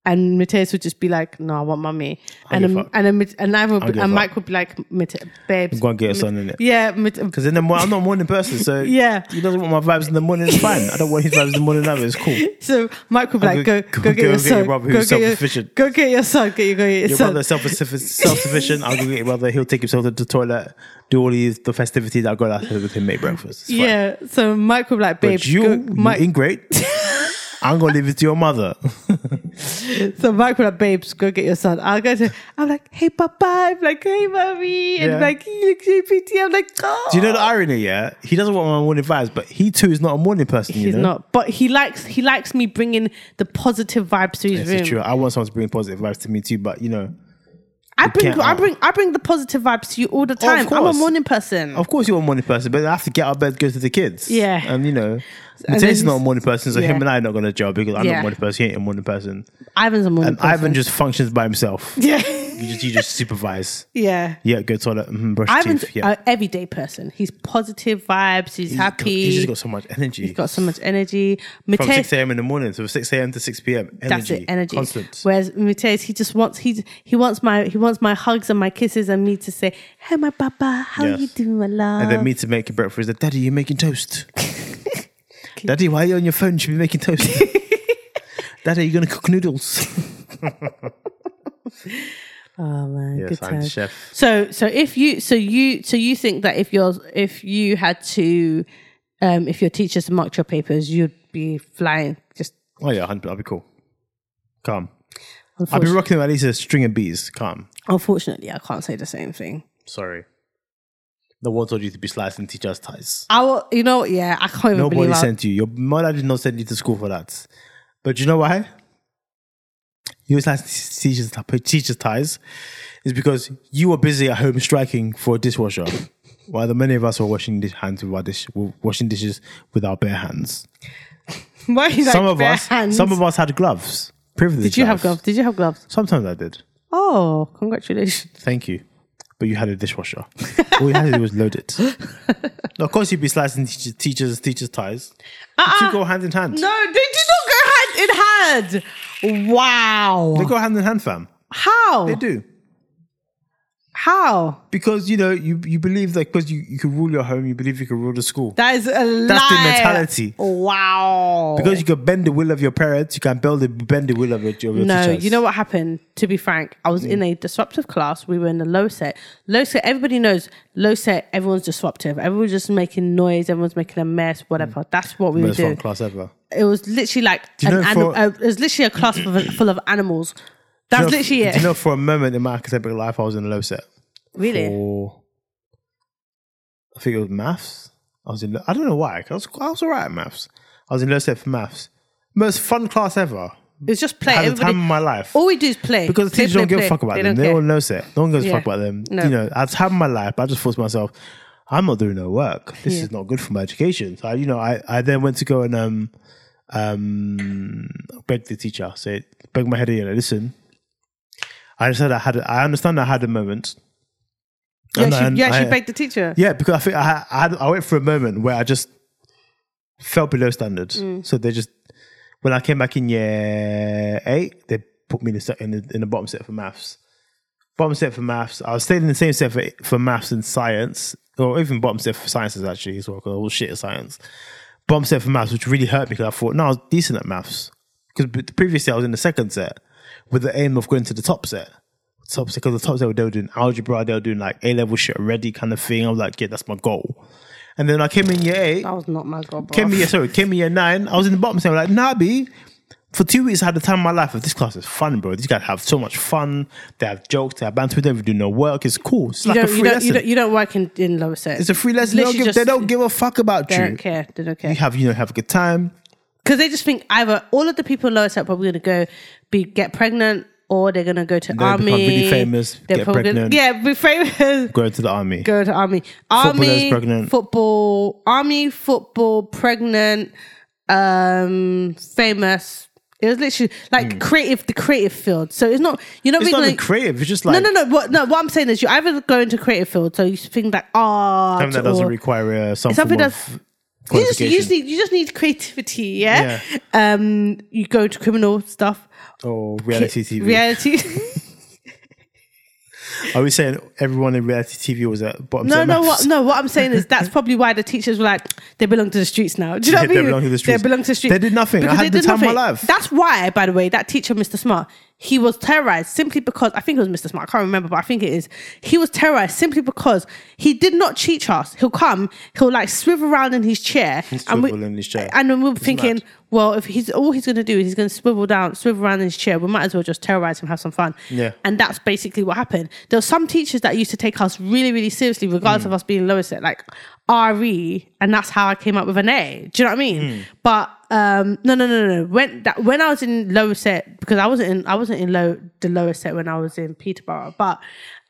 and Mateus would just be like, no, I want mummy, and give then, a fuck. and then, Mate- and I would, give be, a and fuck. Mike would be like, Mate- babes, Go and get your son in it. yeah, Mate- Because in the morning, I'm not a morning person, so Yeah. he doesn't want my vibes in the morning, it's fine. I don't want his vibes in the morning either, it's cool. so Mike would be I'll like, go, go, get your son, brother go who's get your, self-sufficient. go get your son, get your, go get your, Your son. brother's self sufficient, I'll go get your brother, he'll take himself to the toilet, do all these, the festivities, I'll go downstairs with him, make breakfast. It's fine. yeah, so Mike would be like, babe, But you, go, you Mike, ain't great. I'm going to leave it to your mother. So Mike would like, babes, go get your son. I'll go to, I'm like, hey, papa. I'm like, hey, mommy. And Yeah. like, he looks so pretty. I'm like, oh. Do you know the irony? Yeah, he doesn't want my morning vibes, but he too is not a morning person. you He's know? not, but he likes he likes me bringing the positive vibes to his This room. is true. I want someone to bring positive vibes to me too, but you know, I bring can't- I bring I bring the positive vibes to you all the Oh, of time. I'm a course. morning person. of course you're a morning person, but I have to get out of bed, go to the kids. Yeah. and you know, And Mateus is then- not a morning person, so Yeah. him and I are not going to gel because I'm not Yeah. a morning person. He ain't a morning person, Ivan's a morning and person. Ivan just functions by himself. yeah You just you just supervise. yeah. Yeah, go to toilet, mhm, brush your Ivan's uh, teeth. Yeah, an everyday person. He's positive vibes. He's, He's got- happy. he's just got so much energy. He's got so much energy. from Mateus- six a.m. in the morning, so six a.m. to six p.m. Energy, That's it, energy. constant. Whereas Mateus, he just wants he he wants my he wants my hugs and my kisses and me to say, "Hey, my papa, how Yes. you doing, my love?" And then me to make a breakfast. That daddy, you're making toast. daddy, why are you on your phone? You should be making toast. daddy, you're gonna cook noodles. oh man, Yes, good I'm the times. chef. So so if you so you so you think that if you're if you had to um if your teachers marked your papers, you'd be flying just. Oh yeah, 100 I'll be cool. Calm. I'll be rocking at least a string of bees. Calm. Unfortunately, I can't say the same thing. Sorry. No one told you to be sliced and teach us ties. I will, you know, yeah, I can't even Nobody believe. I- sent you. Your mother did not send you to school for that. But you know why? You always like teachers, teachers ties. Is because you were busy at home striking for a dishwasher, while the many of us were washing dish hands with our dish, were washing dishes with our bare hands. Why are you like some of bare us, hands? some of us had gloves. Privileged Did you have gloves? Did you have gloves? Sometimes I did. Oh, congratulations! Thank you. But you had a dishwasher. All you had to do was load it. now, of course, you'd be slicing teachers, teachers, teachers' ties. The two Uh-uh. go hand in hand. No, they did not go hand in hand. They Wow. go hand in hand, fam. They How? do. How? because you know you you believe that because you, you can rule your home, you believe you can rule the school. That is a lie. That's the mentality. Wow. because you can bend the will of your parents, you can bend the bend the will of your, of your no, teachers. Mm. you know what happened? To be frank, I was in a disruptive class. We were in the low set. Low set, everybody knows low set, everyone's disruptive. Everyone's just making noise, everyone's making a mess, whatever. That's what we were Mm. Most fun doing. class ever. It was literally like you an know animal. for- uh, it was literally a class full of, full of animals. That's You know, literally it. You know, for a moment in my academic life, I was in the low set. really? Or I think it was maths. I was in. low- I don't know why. 'cause I was I was alright at maths. I was in low set for maths. Most fun class ever. It was just play. Had the Everybody, time of my life. all we do is play. Because the Play, teachers play, don't give play. a fuck about They them. don't They care. all knows it. No one gives Yeah. a fuck about them. No. You know, I've had my life, but I just forced myself, I'm not doing no work. This Yeah. is not good for my education. So, I, you know, I, I then went to go and um, um, beg the teacher, say, beg my head in, like, listen, I understand I had, a, I understand I had a moment. Yeah, And she, then yeah, she I- begged the teacher. yeah, because I think I, had, I, had, I went for a moment where I just felt below standards. So they just when I came back in year eight, they put me in the se- in the, in the bottom set for maths. Bottom set for maths. I was staying in the same set for, for maths and science, or even bottom set for sciences actually as well, because I was shit at science. Bottom set for maths, which really hurt me because I thought, no, I was decent at maths. Because previously I was in the second set with the aim of going to the top set top set because the top set they were doing algebra, they were doing like A level shit already kind of thing. I was like, yeah, that's my goal. And then I came in year eight, That was not my goal. came in year sorry, came in year nine. I was in the bottom set. I'm like, nah, B. For two weeks, I had the time of my life. This class is fun, bro. These guys have so much fun. They have jokes. They have banter. They don't do no work. It's cool. It's You like a don't, free you, don't, lesson. you, don't, you don't work in, in lower set. it's a free lesson. They don't, Literally give, just- they don't give a fuck about They you. don't care. They don't You care. have you know have a good time. Because they just think either all of the people in lower set are probably going to go be get pregnant or they're going to go to They'll army. become really famous, They're get probably gonna- pregnant. yeah, be famous. Go into the army. go to army. Footballers Army, pregnant. football, army, football, pregnant, um, famous. It was literally like creative, the creative field. So it's not you're not Hmm. really It's not even like, creative. It's just like no, no, no. What no? What I'm saying is you either go into creative field, so you think like art something that doesn't or require uh, some something form of that's you just qualification. usually you just need creativity. Yeah? Um, you go to criminal stuff, or reality TV. reality. Are we saying everyone in reality TV was at bottom? No, set no, maths? what, no. What I'm saying is that's probably why the teachers were like, they belong to the streets now. Do you know Yeah, what I mean? they belong to the streets. They belong to the streets. They did nothing. I Because had they the did time of my nothing. life. That's why, by the way, that teacher, Mr. Smart, he was terrorized simply because I think it was Mr. Smart. I can't remember, but I think it is. He was terrorized simply because he did not cheat us. He'll come, he'll like swivel around in his chair, and we, swivel in his chair. and then we were thinking, mad. well, if he's all he's going to do is he's going to swivel down, swivel around in his chair. We might as well just terrorize him, have some fun. Yeah. And that's basically what happened. There were some teachers that used to take us really, really seriously, regardless of us being lower set, like RE, and that's how I came up with an A. Do you know what I mean? But um, no, no, no, no, no. When that when I was in lower set, because I wasn't in I wasn't in low the lower set when I was in Peterborough, but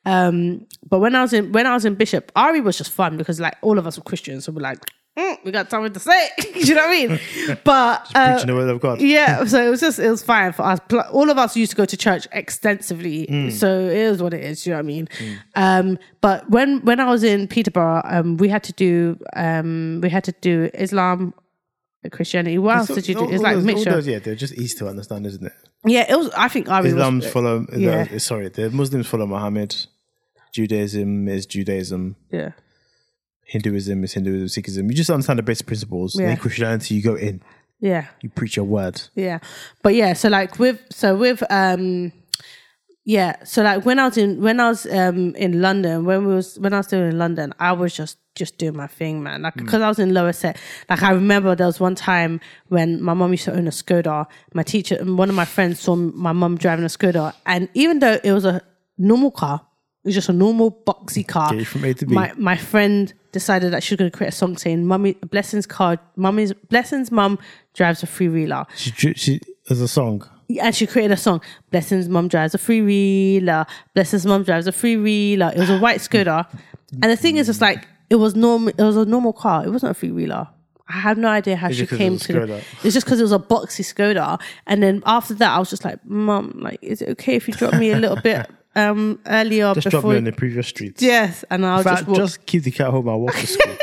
um, but when I was in when I was in Bishop, Ari was just fun because like all of us were Christians, so we're like, "Mm, we got something to say. Do you know what I mean? But uh, Preaching the word of God. yeah, so it was just it was fine for us. Pl- All of us used to go to church extensively, Mm. so it is what it is. You know what I mean? Um, but when when I was in Peterborough, um, we had to do um, we had to do Islam, uh, Christianity. What else So did you do? all- It's all like a those- all mixture. those- yeah, they're just easy to understand, isn't it? yeah, it was. I think Ari Islam's was. uh, follow. yeah. the- sorry, the Muslims follow Muhammad. Judaism is Judaism. Yeah, Hinduism is Hinduism. Sikhism. You just understand the basic principles. Yeah. Then Christianity, you go in, yeah. you preach your word. Yeah. But yeah, so like with so with um yeah, so like when I was in when I was um in London, when we was when I was still in London, I was just just doing my thing, man. Like Mm. because I was in lower set, like I remember there was one time when my mum used to own a Skoda. My teacher and one of my friends saw my mum driving a Skoda, and even though it was a normal car, it was just a normal boxy car. Get you from A to B. My my friend decided that she was going to create a song saying, "Mummy, blessings car, mummy's blessings mum drives a three wheeler." She, she, she as a song. and she created a song. Blessings mom drives a free wheeler. Blessings mom drives a free wheeler. It was a white scooter, and the thing is, it's like it was normal. It was a normal car. It wasn't a free wheeler. I have no idea how she just 'cause it came was to. a Skoda. It's just because it was a boxy Skoda, and then after that, I was just like, "Mom, like, is it okay if you drop me a little bit um earlier Just drop before?" me on the previous streets. yes, and I'll In fact, just walk just keep the cat home. I walk to school.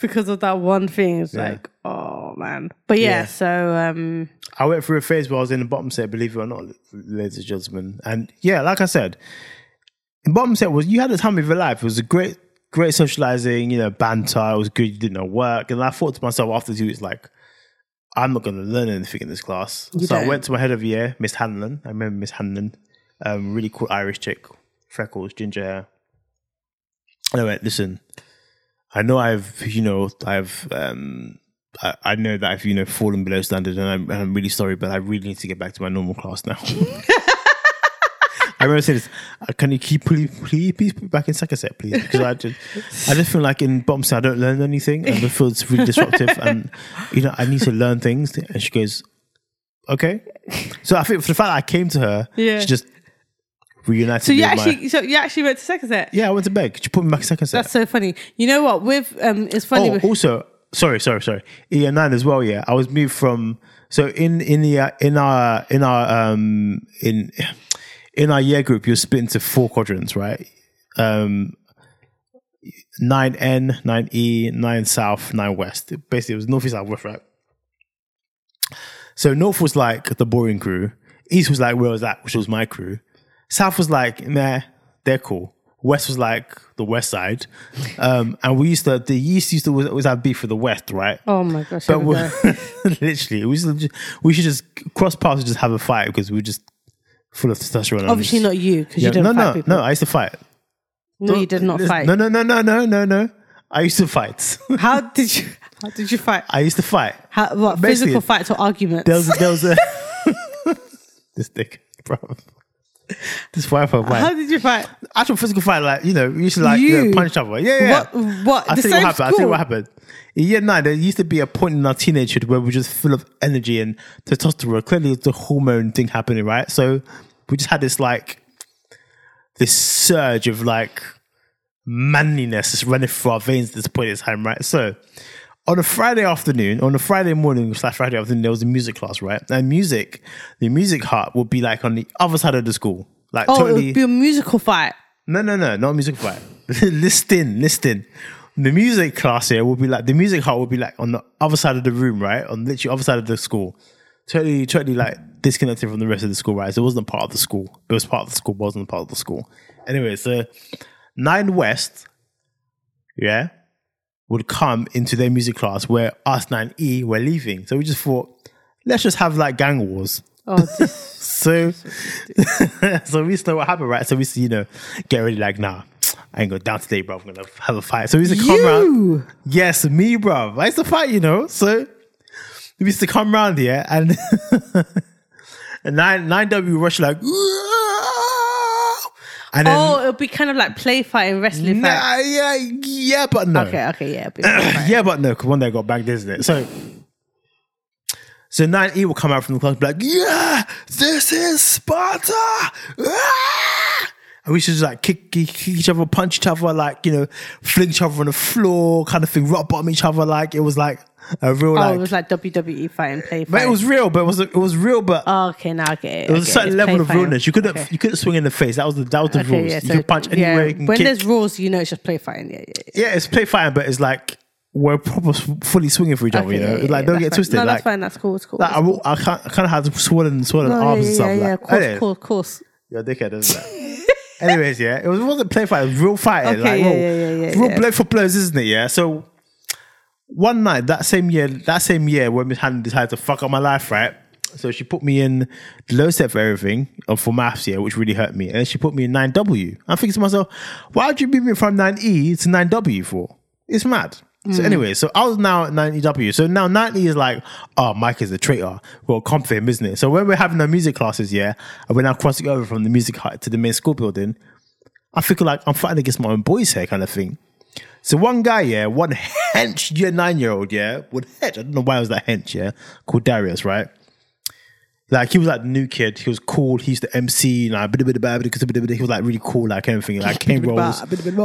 because of that one thing. It's Yeah. like, oh man, but yeah, Yeah. So um, I went through a phase where I was in the bottom set, believe it or not, ladies and gentlemen. And yeah, like I said, the bottom set was you had the time of your life. It was a great, great socializing, you know, banter. It was good. You didn't know work. And I thought to myself after two weeks, like, I'm not going to learn anything in this class. so I don't. went to my head of year, Miss Hanlon. I remember Miss Hanlon, um, really cool Irish chick, freckles, ginger hair. And I went, listen, I know I've, you know, I've, um, I, I know that I've, you know, fallen below standard and I'm, and I'm really sorry, but I really need to get back to my normal class now. I remember saying this, uh, can you keep, please, please, please put me back in second set, please? Because I just, I just feel like in bottom set, I don't learn anything. And I feel it's really disruptive. and, you know, I need to learn things. And she goes, okay. So I think for the fact that I came to her, Yeah. she just reunited so me you with my- actually, so you actually went to second set. yeah, I went to beg. She put me back second set. That's so funny. You know what? With um, it's funny. Oh, with, also, sorry, sorry, sorry. In year nine as well. Yeah, I was moved from so in in the uh, in our in our um in in our year group, you're split into four quadrants, right? Um, nine N, nine E, nine South, nine West. Basically, it was north, east, south, west, right? So north was like the boring crew. East was like where I was at, which was my crew. South was like nah, they're cool. West was like the west side, um, and we used to the East used to always have beef with the West, right? Oh my gosh. here But we we go. literally, we should, we should just cross paths and just have a fight because we we're just full of testosterone. and Obviously just- not you, because Yeah. you didn't no, fight no, people. no. I used to fight. No, you did not Listen, fight. No, no, no, no, no, no, no. I used to fight. How did you? How did you fight? I used to fight. How, what Basically, physical fights or arguments? There was, there was a this dick, bro. This fight for How fight. did you fight? Actual physical fight, like you know, we used to like you You? know, punch each other. Yeah, yeah. What? What? I the tell same you what happened. I tell you school? what happened. Yeah, no, there used to be a point in our teenagehood where we were just full of energy and testosterone. Clearly, it's the hormone thing happening, right? So we just had this like this surge of like manliness just running through our veins at this point in time, right? So on a Friday afternoon, on a Friday morning slash Friday afternoon, there was a music class, right? And music, the music heart would be like on the other side of the school, like Oh, totally. it would be a musical fight. No, no, no, not music fight. listen, listen. The music class here will be like the music hall will be like on the other side of the room, right? On literally other side of the school. Totally, totally like disconnected from the rest of the school, right? So it wasn't part of the school. It was part of the school, but wasn't part of the school. Anyway, so Nine West, yeah, would come into their music class where us nine E were leaving. So we just thought, let's just have like gang wars. Oh, this- So, so we used to know what happened, right? So we used to, you know, get ready, like, nah, I ain't going down today, bro. I'm gonna have a fight. So we used to come round. you. Yes, me, bro. I used to fight, you know. So we used to come round here, and and nine nine W rush like, and then Oh, it would be kind of like play fighting, wrestling fight. nah, yeah, yeah, but no. Okay, okay, yeah. it'd be a fight. Yeah, but no, because one day I got bagged, isn't it? So, so nine E will come out from the club, and be like, "Yeah, this is Sparta!" Ah!" And we should just like kick, kick, kick each other, punch each other, like you know, fling each other on the floor, kind of thing, rock bottom each other. Like it was like a real, Oh, like, it was like WWE fighting, play but fighting. it was real, but it was it was real, but. Oh, okay, now I get it. it was a certain level of realness. You couldn't, you couldn't swing in the face. That was the, that was the rules. you can punch anywhere. You can when kick. there's rules, you know it's just play fighting. Yeah, yeah. yeah. yeah, it's play fighting, but it's like we're proper, fully swinging for each other. Okay, you know, yeah, It's yeah, like yeah, don't that's get fine. twisted. No, like, that's fine. That's cool. It's cool. Like, I, will- I can't, I kind of had swollen, swollen arms and yeah, stuff. yeah, like, yeah. Of course, of course, of course. Your dickhead, isn't it? Anyways, yeah, it was it wasn't play fight, it was real fighting, Okay, like yeah, real, yeah, yeah, yeah, real yeah. blow for blows, isn't it? Yeah. So one night that same year, that same year when Miss Hannah decided to fuck up my life, right? So she put me in the low set for everything uh, for maths, yeah, which really hurt me. And then she put me in 9W. I'm thinking to myself, why would you move me from 9E to 9W for? It's mad. So anyway, so I was now at 90W. So now 90 is like, oh, Mike is a traitor. Well, comp him, isn't it? So when we're having our music classes, yeah, and we're now crossing over from the music hut to the main school building, I feel like I'm fighting against my own boys here, kind of thing. So one guy, yeah, one hench year nine year old, yeah, one hench. I don't know why it was that hench, yeah, called Darius, right? Like he was like the new kid. He was cool. He used to MC, like bada bada bada, bada bada, bada. He was like really cool, like everything, like cane rolls,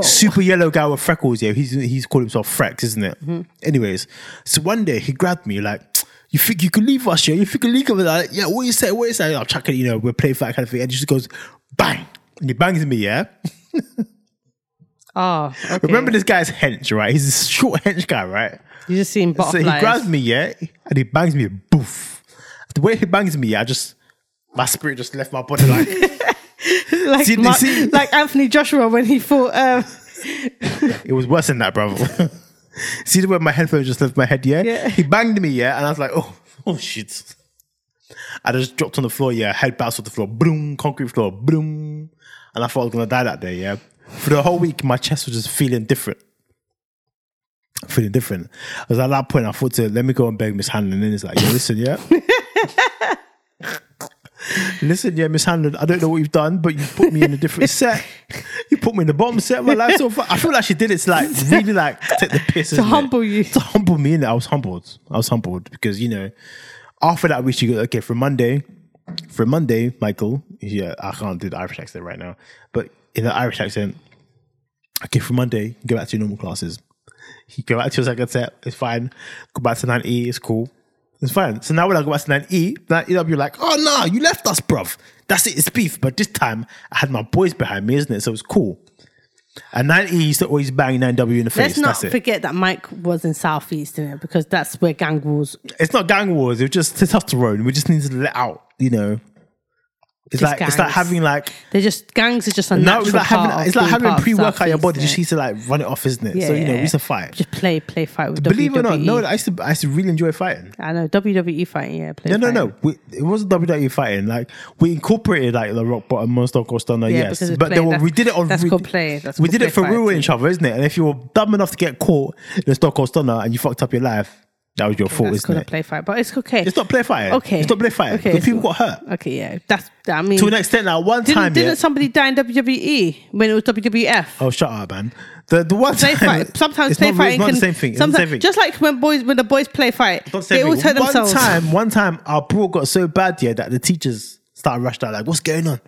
super yellow guy with freckles. Yeah, he's he's called himself Frex, isn't it? Anyways, so one day he grabbed me like. You think you could leave us here? You think you could leave us? Like, yeah, what you say? What you say? I'm chucking, you know, we're playing fight kind of thing. And he just goes, bang. And he bangs me, yeah? Oh, okay. Remember this guy's hench, right? He's a short hench guy, right? You just seen So he butterflies. grabs me, yeah, and he bangs me, boof. The way he bangs me, I just my spirit just left my body like like, See- Mark- see- like Anthony Joshua when he fought. Um, it was worse than that, bro. See the way my headphones just left my head, yeah? Yeah. He banged me, yeah, and I was like, oh, oh shit. I just dropped on the floor, yeah, head bounced off the floor, boom, concrete floor, boom. And I thought I was gonna die that day, yeah. For the whole week, my chest was just feeling different. Feeling different. I was at that point, I thought to let me go and beg Miss Hanlon. And then it's like, yeah, listen, yeah. Listen, yeah, Miss Hanlon, I don't know what you've done, but you put me in a different set. You put me in the bottom set. My life's so far. I feel like she did it to like really like take the piss to humble you. To humble me, and I was humbled. I was humbled because you know, after that week, she goes, okay, from Monday, from Monday, Michael. Yeah, I can't do the Irish accent right now, but in the Irish accent, okay, from Monday, go back to your normal classes. You go back to your second set, it's fine. Go back to 9E, it's cool. It's fine. So now when I go back to E, 9E, 9E, you're like, oh no, you left us, bruv. That's it, it's beef. But this time I had my boys behind me, isn't it? So it's cool. And 90 used to always bang 9W in the face. Let's not That's it. forget that Mike was in Southeast, innit? Because that's where gang wars it's not gang wars. It's just testosterone. We just need to let out, you know. It's Just like it's gangs. like having like They're just gangs are just a no, natural it's like part having of it's like being having part of pre workout your Southeast, body. You just innit? need to like run it off, isn't it? Yeah, so you know, yeah, we used to yeah. fight. Just E. play, play, fight with Believe it or not, WWE. no, I used to I used to really enjoy fighting. I know WWE fighting. Yeah, play No, no, fighting. no. We, it wasn't WWE E fighting. Like we incorporated like the rock bottom, monster core stunner. Yeah, uh, yes, because it's but play. they were, That's- we did it on. that's we, called play. That's we called did it play for ruining fighting. each other, isn't it? And if you were dumb enough to get caught in the stock or stunner uh, and you fucked up your life, that was your fault, That's isn't called a it? play fight, but it's okay. It's not play fighting. Okay. it's not play fighting. Okay, so- Because people got hurt okay, yeah. That's I mean, to an extent. Now, one didn't, time, didn't yeah. somebody die in WWE when it was WWF? Oh, shut up, man. The the one Play time, fight. Sometimes it's play not, fighting It's not can. the same thing. It's not the Sometimes, same thing. just like when boys when the boys play fight, Not the they same all thing. hurt one themselves. time, one time, our brawl got so bad here that the teachers started rushed out like, "What's going on?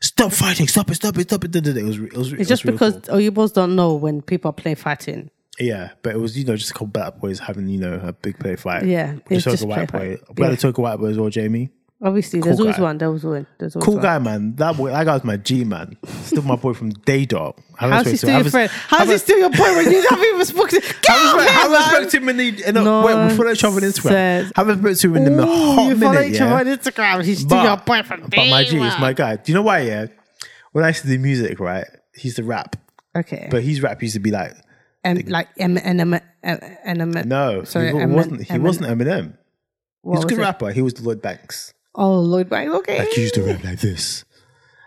Stop fighting! Stop it! Stop it! Stop it!" It was, re- it was, it was It's just real because cool. Oyibos don't know when people play fighting. Yeah, but it was you know just a couple black boys having you know a big play fight. Yeah, we it's took just a white play boy. fight. We had Yeah. a took a white boy as well, Jamie. Obviously, there's Cool always guy. one. There was one. There's always Cool one. guy, man. That boy, that guy was my G man. Still my boy from Day Dog. I How's respect he him. still I your res- friend? I How's he res- still your boy when you haven't even spoken? to- Get I out of respect, here, I man! respect him in the in the, No wait, we follow each other on Instagram. sense. I respect him in the Ooh, hot you follow minute. each yeah. other on Instagram. He's still But- your boy from But my G is day my guy. Do you know why? Yeah, when I used to do music, right, he used to rap, one. Okay. but his rap used to be like, um, like em, em, em, em, em, em, no, Sorry, he Emin- wasn't. He Emin- wasn't Eminem. what He was a was good it? rapper. He was Lloyd Banks. Oh, Lloyd Banks. Okay. Like he used to rap like this.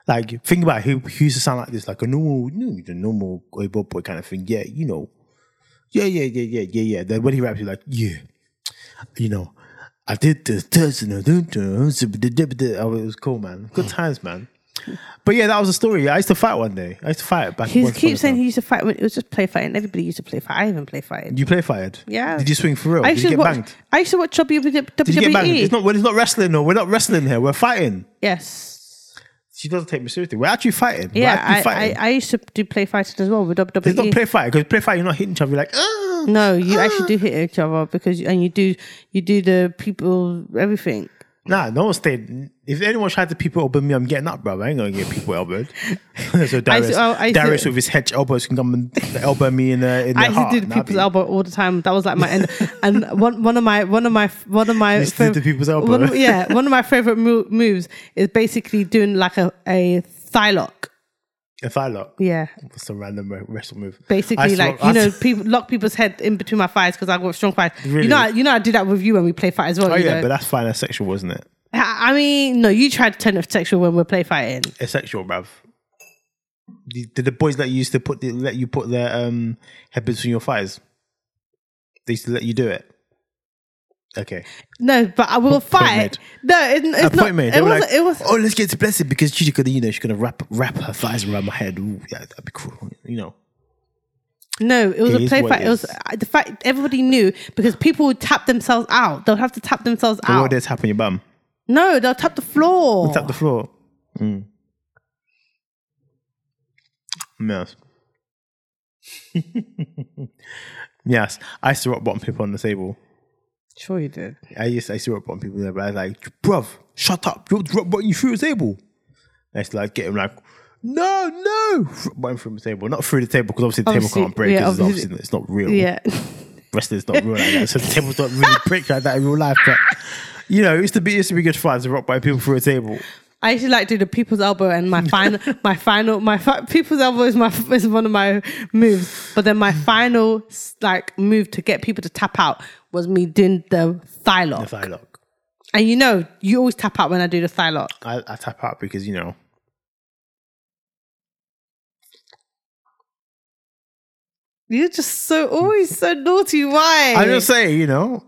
Like think about it, he, he used to sound like this, like a normal, you know, the normal boy, boy, boy kind of thing. Yeah, you know, yeah, yeah, yeah, yeah, yeah, yeah. Then when he raps, he's like, yeah, you know, I did this, this, and I did this. Oh, it was cool, man. Hmm. Good times, man. But yeah, that was a story. I used to fight one day. I used to fight back. He once upon a keeps saying time. he used to fight. When it was just play fighting. Everybody used to play fight. I even play fighting. you play fired. Yeah. Did you swing for real? I Did used you to get watch. banged? I used to watch E. WWE. Did you get banged? It's not. well, It's not wrestling. No, we're not wrestling here. We're fighting. yes. She doesn't take me seriously. We're actually fighting. We're Yeah, actually I, fighting. I, I used to do play fighting as well with WWE. It's not play fight because play fight you're not hitting each other. You're like, ah. no, you actually do hit each other because and you do you do the people everything. nah, no one stayed. If anyone tried to people elbow me, I'm getting up, bro. I ain't gonna get people elbowed. so Darius, oh, I used to- Darius with his hedge elbows can come and elbow me in the in the I used heart. to do the Nah, people's be- elbow all the time. That was like my end. and one one of my one of my one of my used to do the people's elbow. One of- yeah, one of my favorite mo- moves is basically doing like a a thigh lock. If I look, Yeah, for some random re- wrestle move. I basically used to like lock- you I know used to- people lock people's head in between my thighs because I got strong thighs. Really? You know, I- you know I do that with you when we play fight as well. Oh you yeah, know? but that's fine. That's sexual, wasn't it? I I mean, no, you tried to turn it sexual when we're play fighting. It's sexual, bruv. Did did the boys let you used to put the, let you put their um head between your thighs? They used to let you do it. Okay. No, but I will made. fight. No, it, it's a not. point made. They It were was. like, it was. Oh, let's get to blessed because she's gonna, you know, she's gonna wrap wrap her thighs around my head. Ooh, yeah, that'd be cool. You know, No, it was It a is play what fight. it It was is. uh, the fact everybody knew because people would tap themselves out. They'll have to tap themselves the out. world is tapping your bum, No, they'll tap the floor. tap the floor. Mm. Yes. yes, I used to rock bottom people on the table. sure, you did. I used, I used to rock bottom people there, but I was like, bruv, shut up! You rock bottom you through the table. I used to like get him like. No, no, Rock bottom through the table, not through the table because obviously the Obviously, table can't break. yeah, 'cause it's obviously- obviously it's not real. Yeah, wrestling's not real like that. So the table's not really prick like that in real life. But you know, it used to be it used to be good fun to rock by people through a table. I usually like do the people's elbow, and my final, my final, my fi- people's elbow is my is one of my moves. But then my final s- like move to get people to tap out was me doing the thigh lock. If I look, And you know, you always tap out when I do the thigh lock. I, I tap out because you know. You're just so always so naughty. Why? I'm just saying, you know,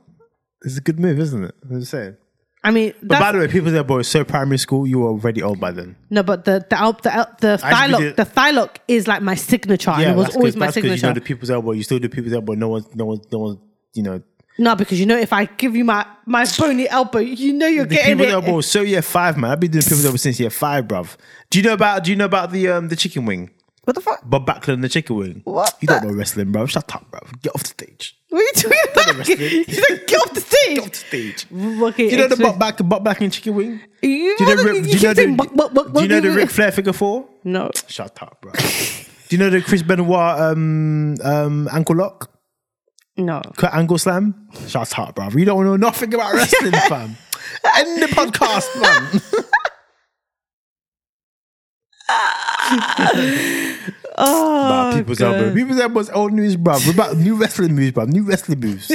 it's a good move, isn't it? I'm just saying. I mean, But that's, by the way, people that boy so primary school, you were already old by then. no, but the the el- the, el- the I thigh should be lock the- the thigh lock is like my signature. and it was that's always 'cause- my that's 'cause You signature. know the people's elbow. You still do people's elbow. No one's, no one's, no one's. You know, no, because you know, if I give you my my bony elbow, you know you're the getting people's it. elbow. is So year five, man. I've been doing people's elbow since year five, bruv. Do you know about? Do you know about the um the chicken wing? What the fuck? Bob Backlund and the chicken wing. What You the- don't know wrestling, bruv. Shut up, bruv. Get off the stage. What are you talking about? rest of it. He's like, get off the stage. Get off the stage. Okay, Do you know the explain- butt back, the butt back and chicken wing? You, Do you know, you Ric- do keep you know saying the, buck, buck, buck, do you know buck, the Ric buck. Flair figure four? No. Shut up, bro. Do you know the Chris Benoit um, um, ankle lock? No. Cut ankle slam? Shut up, bruv. You don't know nothing about wrestling, fam. End the podcast, man. Oh, Nah, people's Oh, God. elbow. People's elbow's old news, bruv. We're about new wrestling moves, bruv. New wrestling moves.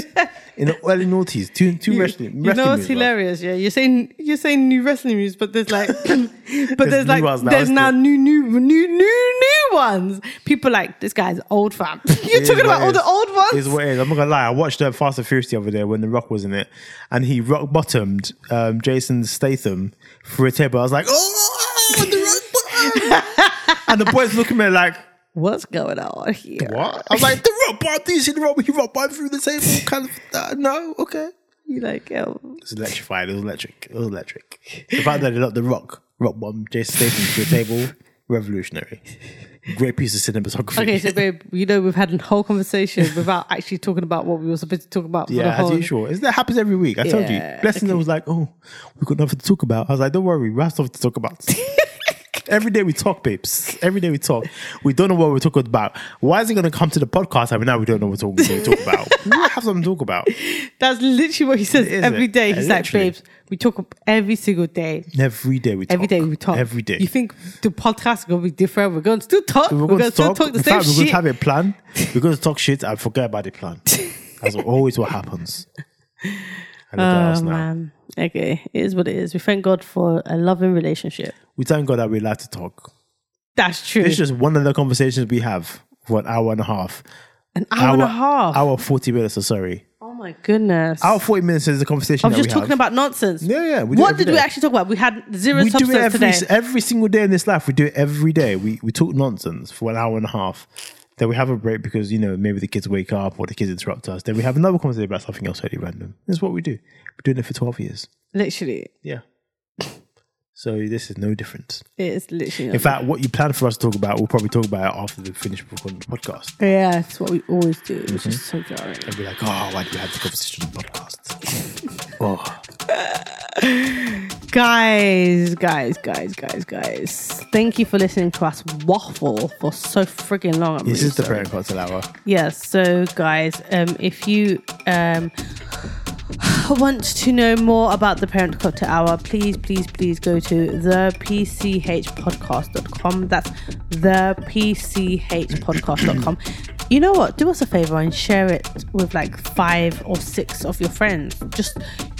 In the early noughties. Two, two You, wrestling, you wrestling know what's moves. bruv. hilarious? Yeah, you're saying you're saying new wrestling moves, but there's like, but there's, There's new like ones now, there's isn't now it? new new new new new ones. People like this guy's old fam. you're It is talking what about it all is. the old It ones. Is what it is. I'm not gonna lie. I watched uh, Fast and Furious the other day when The Rock was in it, and he rock bottomed um, Jason Statham through a table. I was like, oh, The Rock bottomed!" and the boys looking at me like, What's going on here? what? I was like, The Rock bottomed. Do you see The Rock? He rock bottomed through the table. Kind of. Uh, no, okay. You like, oh, It was electrified. It was electric. It was electric. The fact that they let The Rock rock bomb Jason Statham through a table, revolutionary. Great piece of cinematography. okay, so babe, you know we've had a whole conversation without actually talking about what we were supposed to talk about. for the Yeah, as whole, usual. It's, that happens every week. I told you. Yeah, Blessing was like, oh, we've got nothing to talk about. I was like, don't worry, we have stuff to talk about. every day we talk, babes. Every day we talk. We don't know what we're talking about. Why is it going to come to the podcast and now we don't know what we're going to talk about? we have something to talk about. That's literally what he says Is every it? day. Yeah, He's literally. like, babes, we talk ab- every single day. Every day we talk. Every day we talk. Every day. You think the podcast is gonna be different? We're gonna still talk. We're, gonna, still talk the In same fact, we're shit. going to have a plan. We're going to talk shit and forget about the plan. That's always what happens. And look at us oh now. man. Okay, it is what it is. We thank God for a loving relationship. We thank God that we're allowed to talk. That's true. It's just one of the conversations we have for an hour and a half. An hour, and a half. Hour 40 minutes, or sorry. oh my goodness. Hour 40 minutes is the conversation I was that just we talking have. about nonsense. Yeah, yeah, we do what every did we day. actually talk about? We had zero we do substance it every, today. every single day in this life. We do it every day. We, we talk nonsense for an hour and a half. Then we have a break because, you know, maybe the kids wake up or the kids interrupt us. Then we have another conversation about something else totally random. That's what we do. We're doing it for 12 years. Literally, Yeah. So this is no different. it is literally. In nonsense. fact, what you plan for us to talk about, we'll probably talk about it after the finished recording the podcast. yeah, that's what we always do. It's just Mm-hmm. so jarring. and be like, oh, why do we have the conversation on the podcast? oh, Guys, guys, guys, guys, guys. Thank you for listening to us waffle for so friggin' long. I'm this really is the sorry. parent cocktail hour. Yeah, so guys, um, if you um, want to know more about the Parent Cocktail Hour, please, please, please go to thepchpodcast.com. That's thepchpodcast.com. You know what? Do us a favor and share it with like five or six of your friends. Just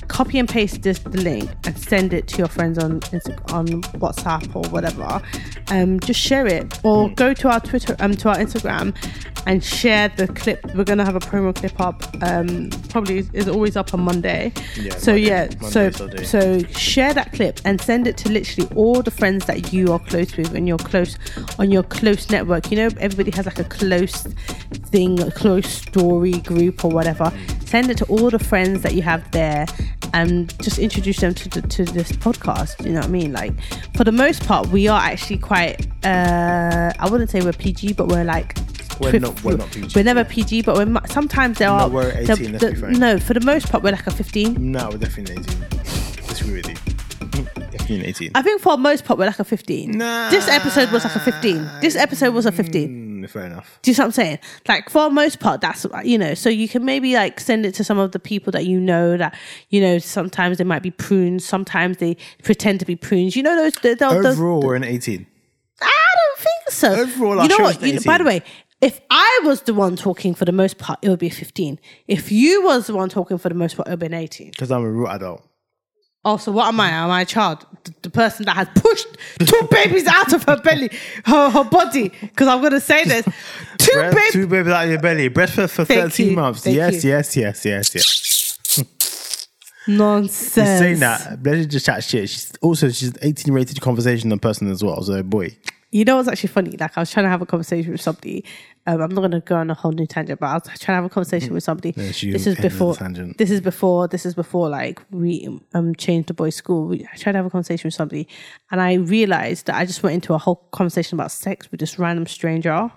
copy and paste this the link and send it to your friends on Insta- on WhatsApp or whatever. Um, just share it or Mm. go to our Twitter um to our Instagram and share the clip. We're gonna have a promo clip up. Um, probably is always up on Monday. Yeah, so Monday- yeah, Mondays so I'll do. so share that clip and send it to literally all the friends that you are close with and you're close on your close network. You know, everybody has like a close thing, a close story group or whatever. Send it to all the friends that you have there and just introduce them to, the- to this podcast. You know what I mean? Like, for the most part, we are actually quite, uh, I wouldn't say we're PG, but we're like, We're fif- not- we're not PG. We're never PG, but we're mu- sometimes there are. we're 18, let's be fair. no, for the most part, we're like a 15. No, we're definitely 18. Disagree with you. Definitely 18. I think for the most part we're like a 15. Nah. This episode was like a 15. This episode was a 15. Mm, fair enough. Do you see what I'm saying? Like for the most part, that's you know. So you can maybe like send it to some of the people that you know that you know. Sometimes they might be prunes. Sometimes they pretend to be prunes. You know those. They'll, they'll- Overall, we're an 18. I don't think so. Overall, our you know show what? You- is by the 18. way, if I was the one talking for the most part, it would be a 15. If you was the one talking for the most part, it would be an 18. Because I'm a real adult. Oh, so what am I? Am I a child? The, the person that has pushed two babies out of her belly, her, her body. Because I'm going to say this. Two Breast, babies. two babies out of your belly. Breastfed for Thank 13 you. months. Thank yes, you. yes, yes, yes, yes. Nonsense. She's saying that. Blessing just chat shit. She's also, she's 18 rated conversational person as well. So, boy. You know what's actually funny? Like I was trying to have a conversation with somebody. Um, I'm not going to go on a whole new tangent, but I was trying to have a conversation with somebody. she this is ended the before. tangent. This is before. This is before. Like we um changed the boys' school. We, I tried to have a conversation with somebody, and I realized that I just went into a whole conversation about sex with this random stranger.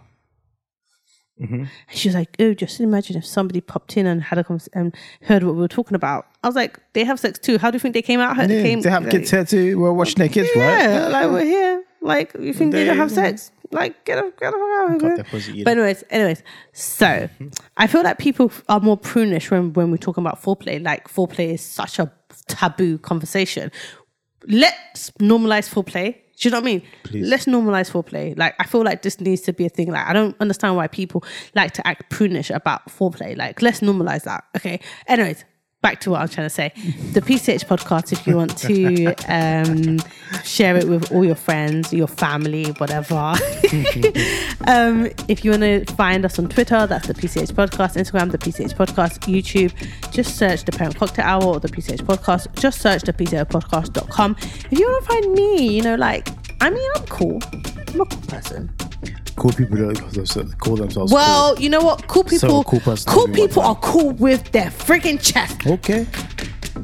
Mm-hmm. And she was like, "Oh, just imagine if somebody popped in and had a convers- and heard what we were talking about." I was like, "They have sex too. How do you think they came out? Yeah, came, they have like- kids here too. We're watching their kids, yeah, right? like we're here. Like you think they, don't have They- sex? Like, get the get the fuck out of Got here. their pussy eaten. But anyways, anyways, so I feel that people f- are more prunish when when we're talking about foreplay. Like, foreplay is such a taboo conversation. Let's normalize foreplay. Do you know what I mean? Let's normalize foreplay. Like, I feel like this needs to be a thing. Like, I don't understand why people like to act prunish about foreplay. Like, let's normalize that. Okay. Anyways, back to what I was trying to say. The PCH podcast, if you want to um, share it with all your friends, your family, whatever. um, if you want to find us on Twitter, that's the PCH podcast, Instagram, the PCH podcast, YouTube, just search the Parent Cocktail Hour or the PCH podcast. Just search the PCHpodcast.com. If you want to find me, you know, like, I mean, I'm cool. I'm a cool person. Cool people don't call themselves, call themselves Well, you know what? Cool people, cool cool, person to be people are one. cool with their freaking chest. cool. Okay.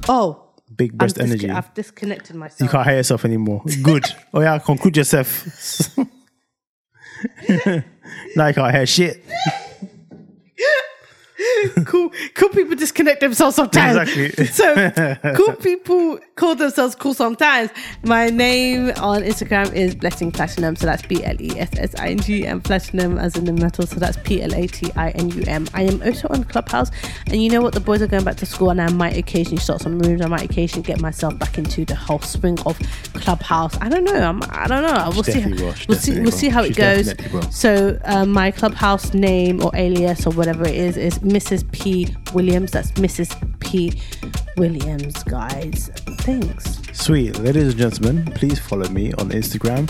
Oh, Big breast I'm disc- energy. I've disconnected myself. You can't hear yourself anymore. Good. oh yeah, conclude yourself. now you can't hear shit. cool, cool people disconnect themselves sometimes. Exactly. so cool people call themselves cool sometimes. My name on Instagram is Blessing Platinum, so that's B L E S S I N G, and Platinum as in the metal, so that's P L A T I N U M. I am also on Clubhouse, and you know what? The boys are going back to school, and I might occasionally start some rooms. I might occasionally get myself back into the whole spring of Clubhouse. I don't know. I'm, I don't know. We'll see. definitely will. She We'll see. definitely We'll will. see how She it goes. definitely will. So uh, my clubhouse name or alias or whatever it is is Mrs. P Williams. That's Mrs. P Williams, guys. Thanks. Sweet. Ladies and gentlemen, please follow me on Instagram.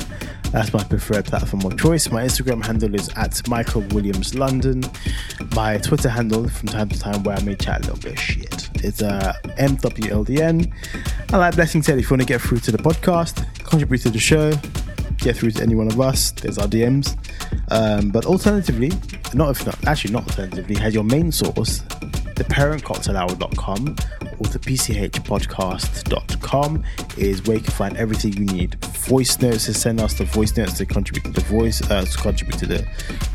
That's my preferred platform of choice. My Instagram handle is at Michael Williams London. My Twitter handle, from time to time, where I may chat a little bit of shit, it's uh, MWLDN. And like Blessing said, if you want to get through to the podcast, contribute to the show, get through to any one of us. There's our DMs. Um, but alternatively, not if not actually not alternatively, has your main source, the parentcocktailhour.com or the pchpodcast.com is where you can find everything you need. Voice notes to send us the voice notes to contribute to the voice uh, to contribute to the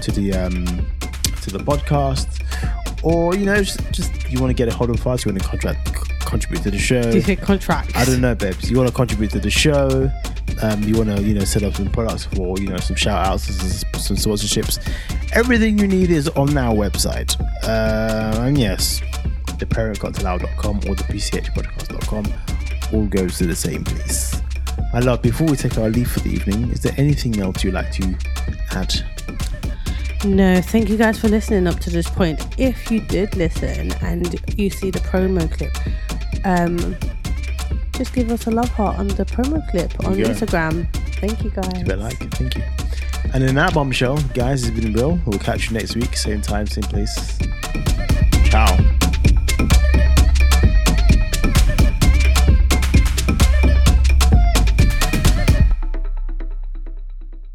to the um, to the podcast. Or you know, just, just you want to get a hold of us, you want to contract contribute to the show. You said contract. I don't know, babes. You want to contribute to the show? Um, you want to, you know, set up some products for, you know, some shout outs, some sponsorships. Everything you need is on our website. Uh, and yes, the parentcocktailhour.com or the pchpodcast.com all goes to the same place. My love, before we take our leave for the evening, is there anything else you'd like to add? No, thank you guys for listening up to this point. If you did listen and you see the promo clip, um, just give us a love heart on the promo clip on go. Instagram. Thank you guys. But like, thank you. And in that bombshell, guys, it's been real. We'll catch you next week, same time, same place. Ciao.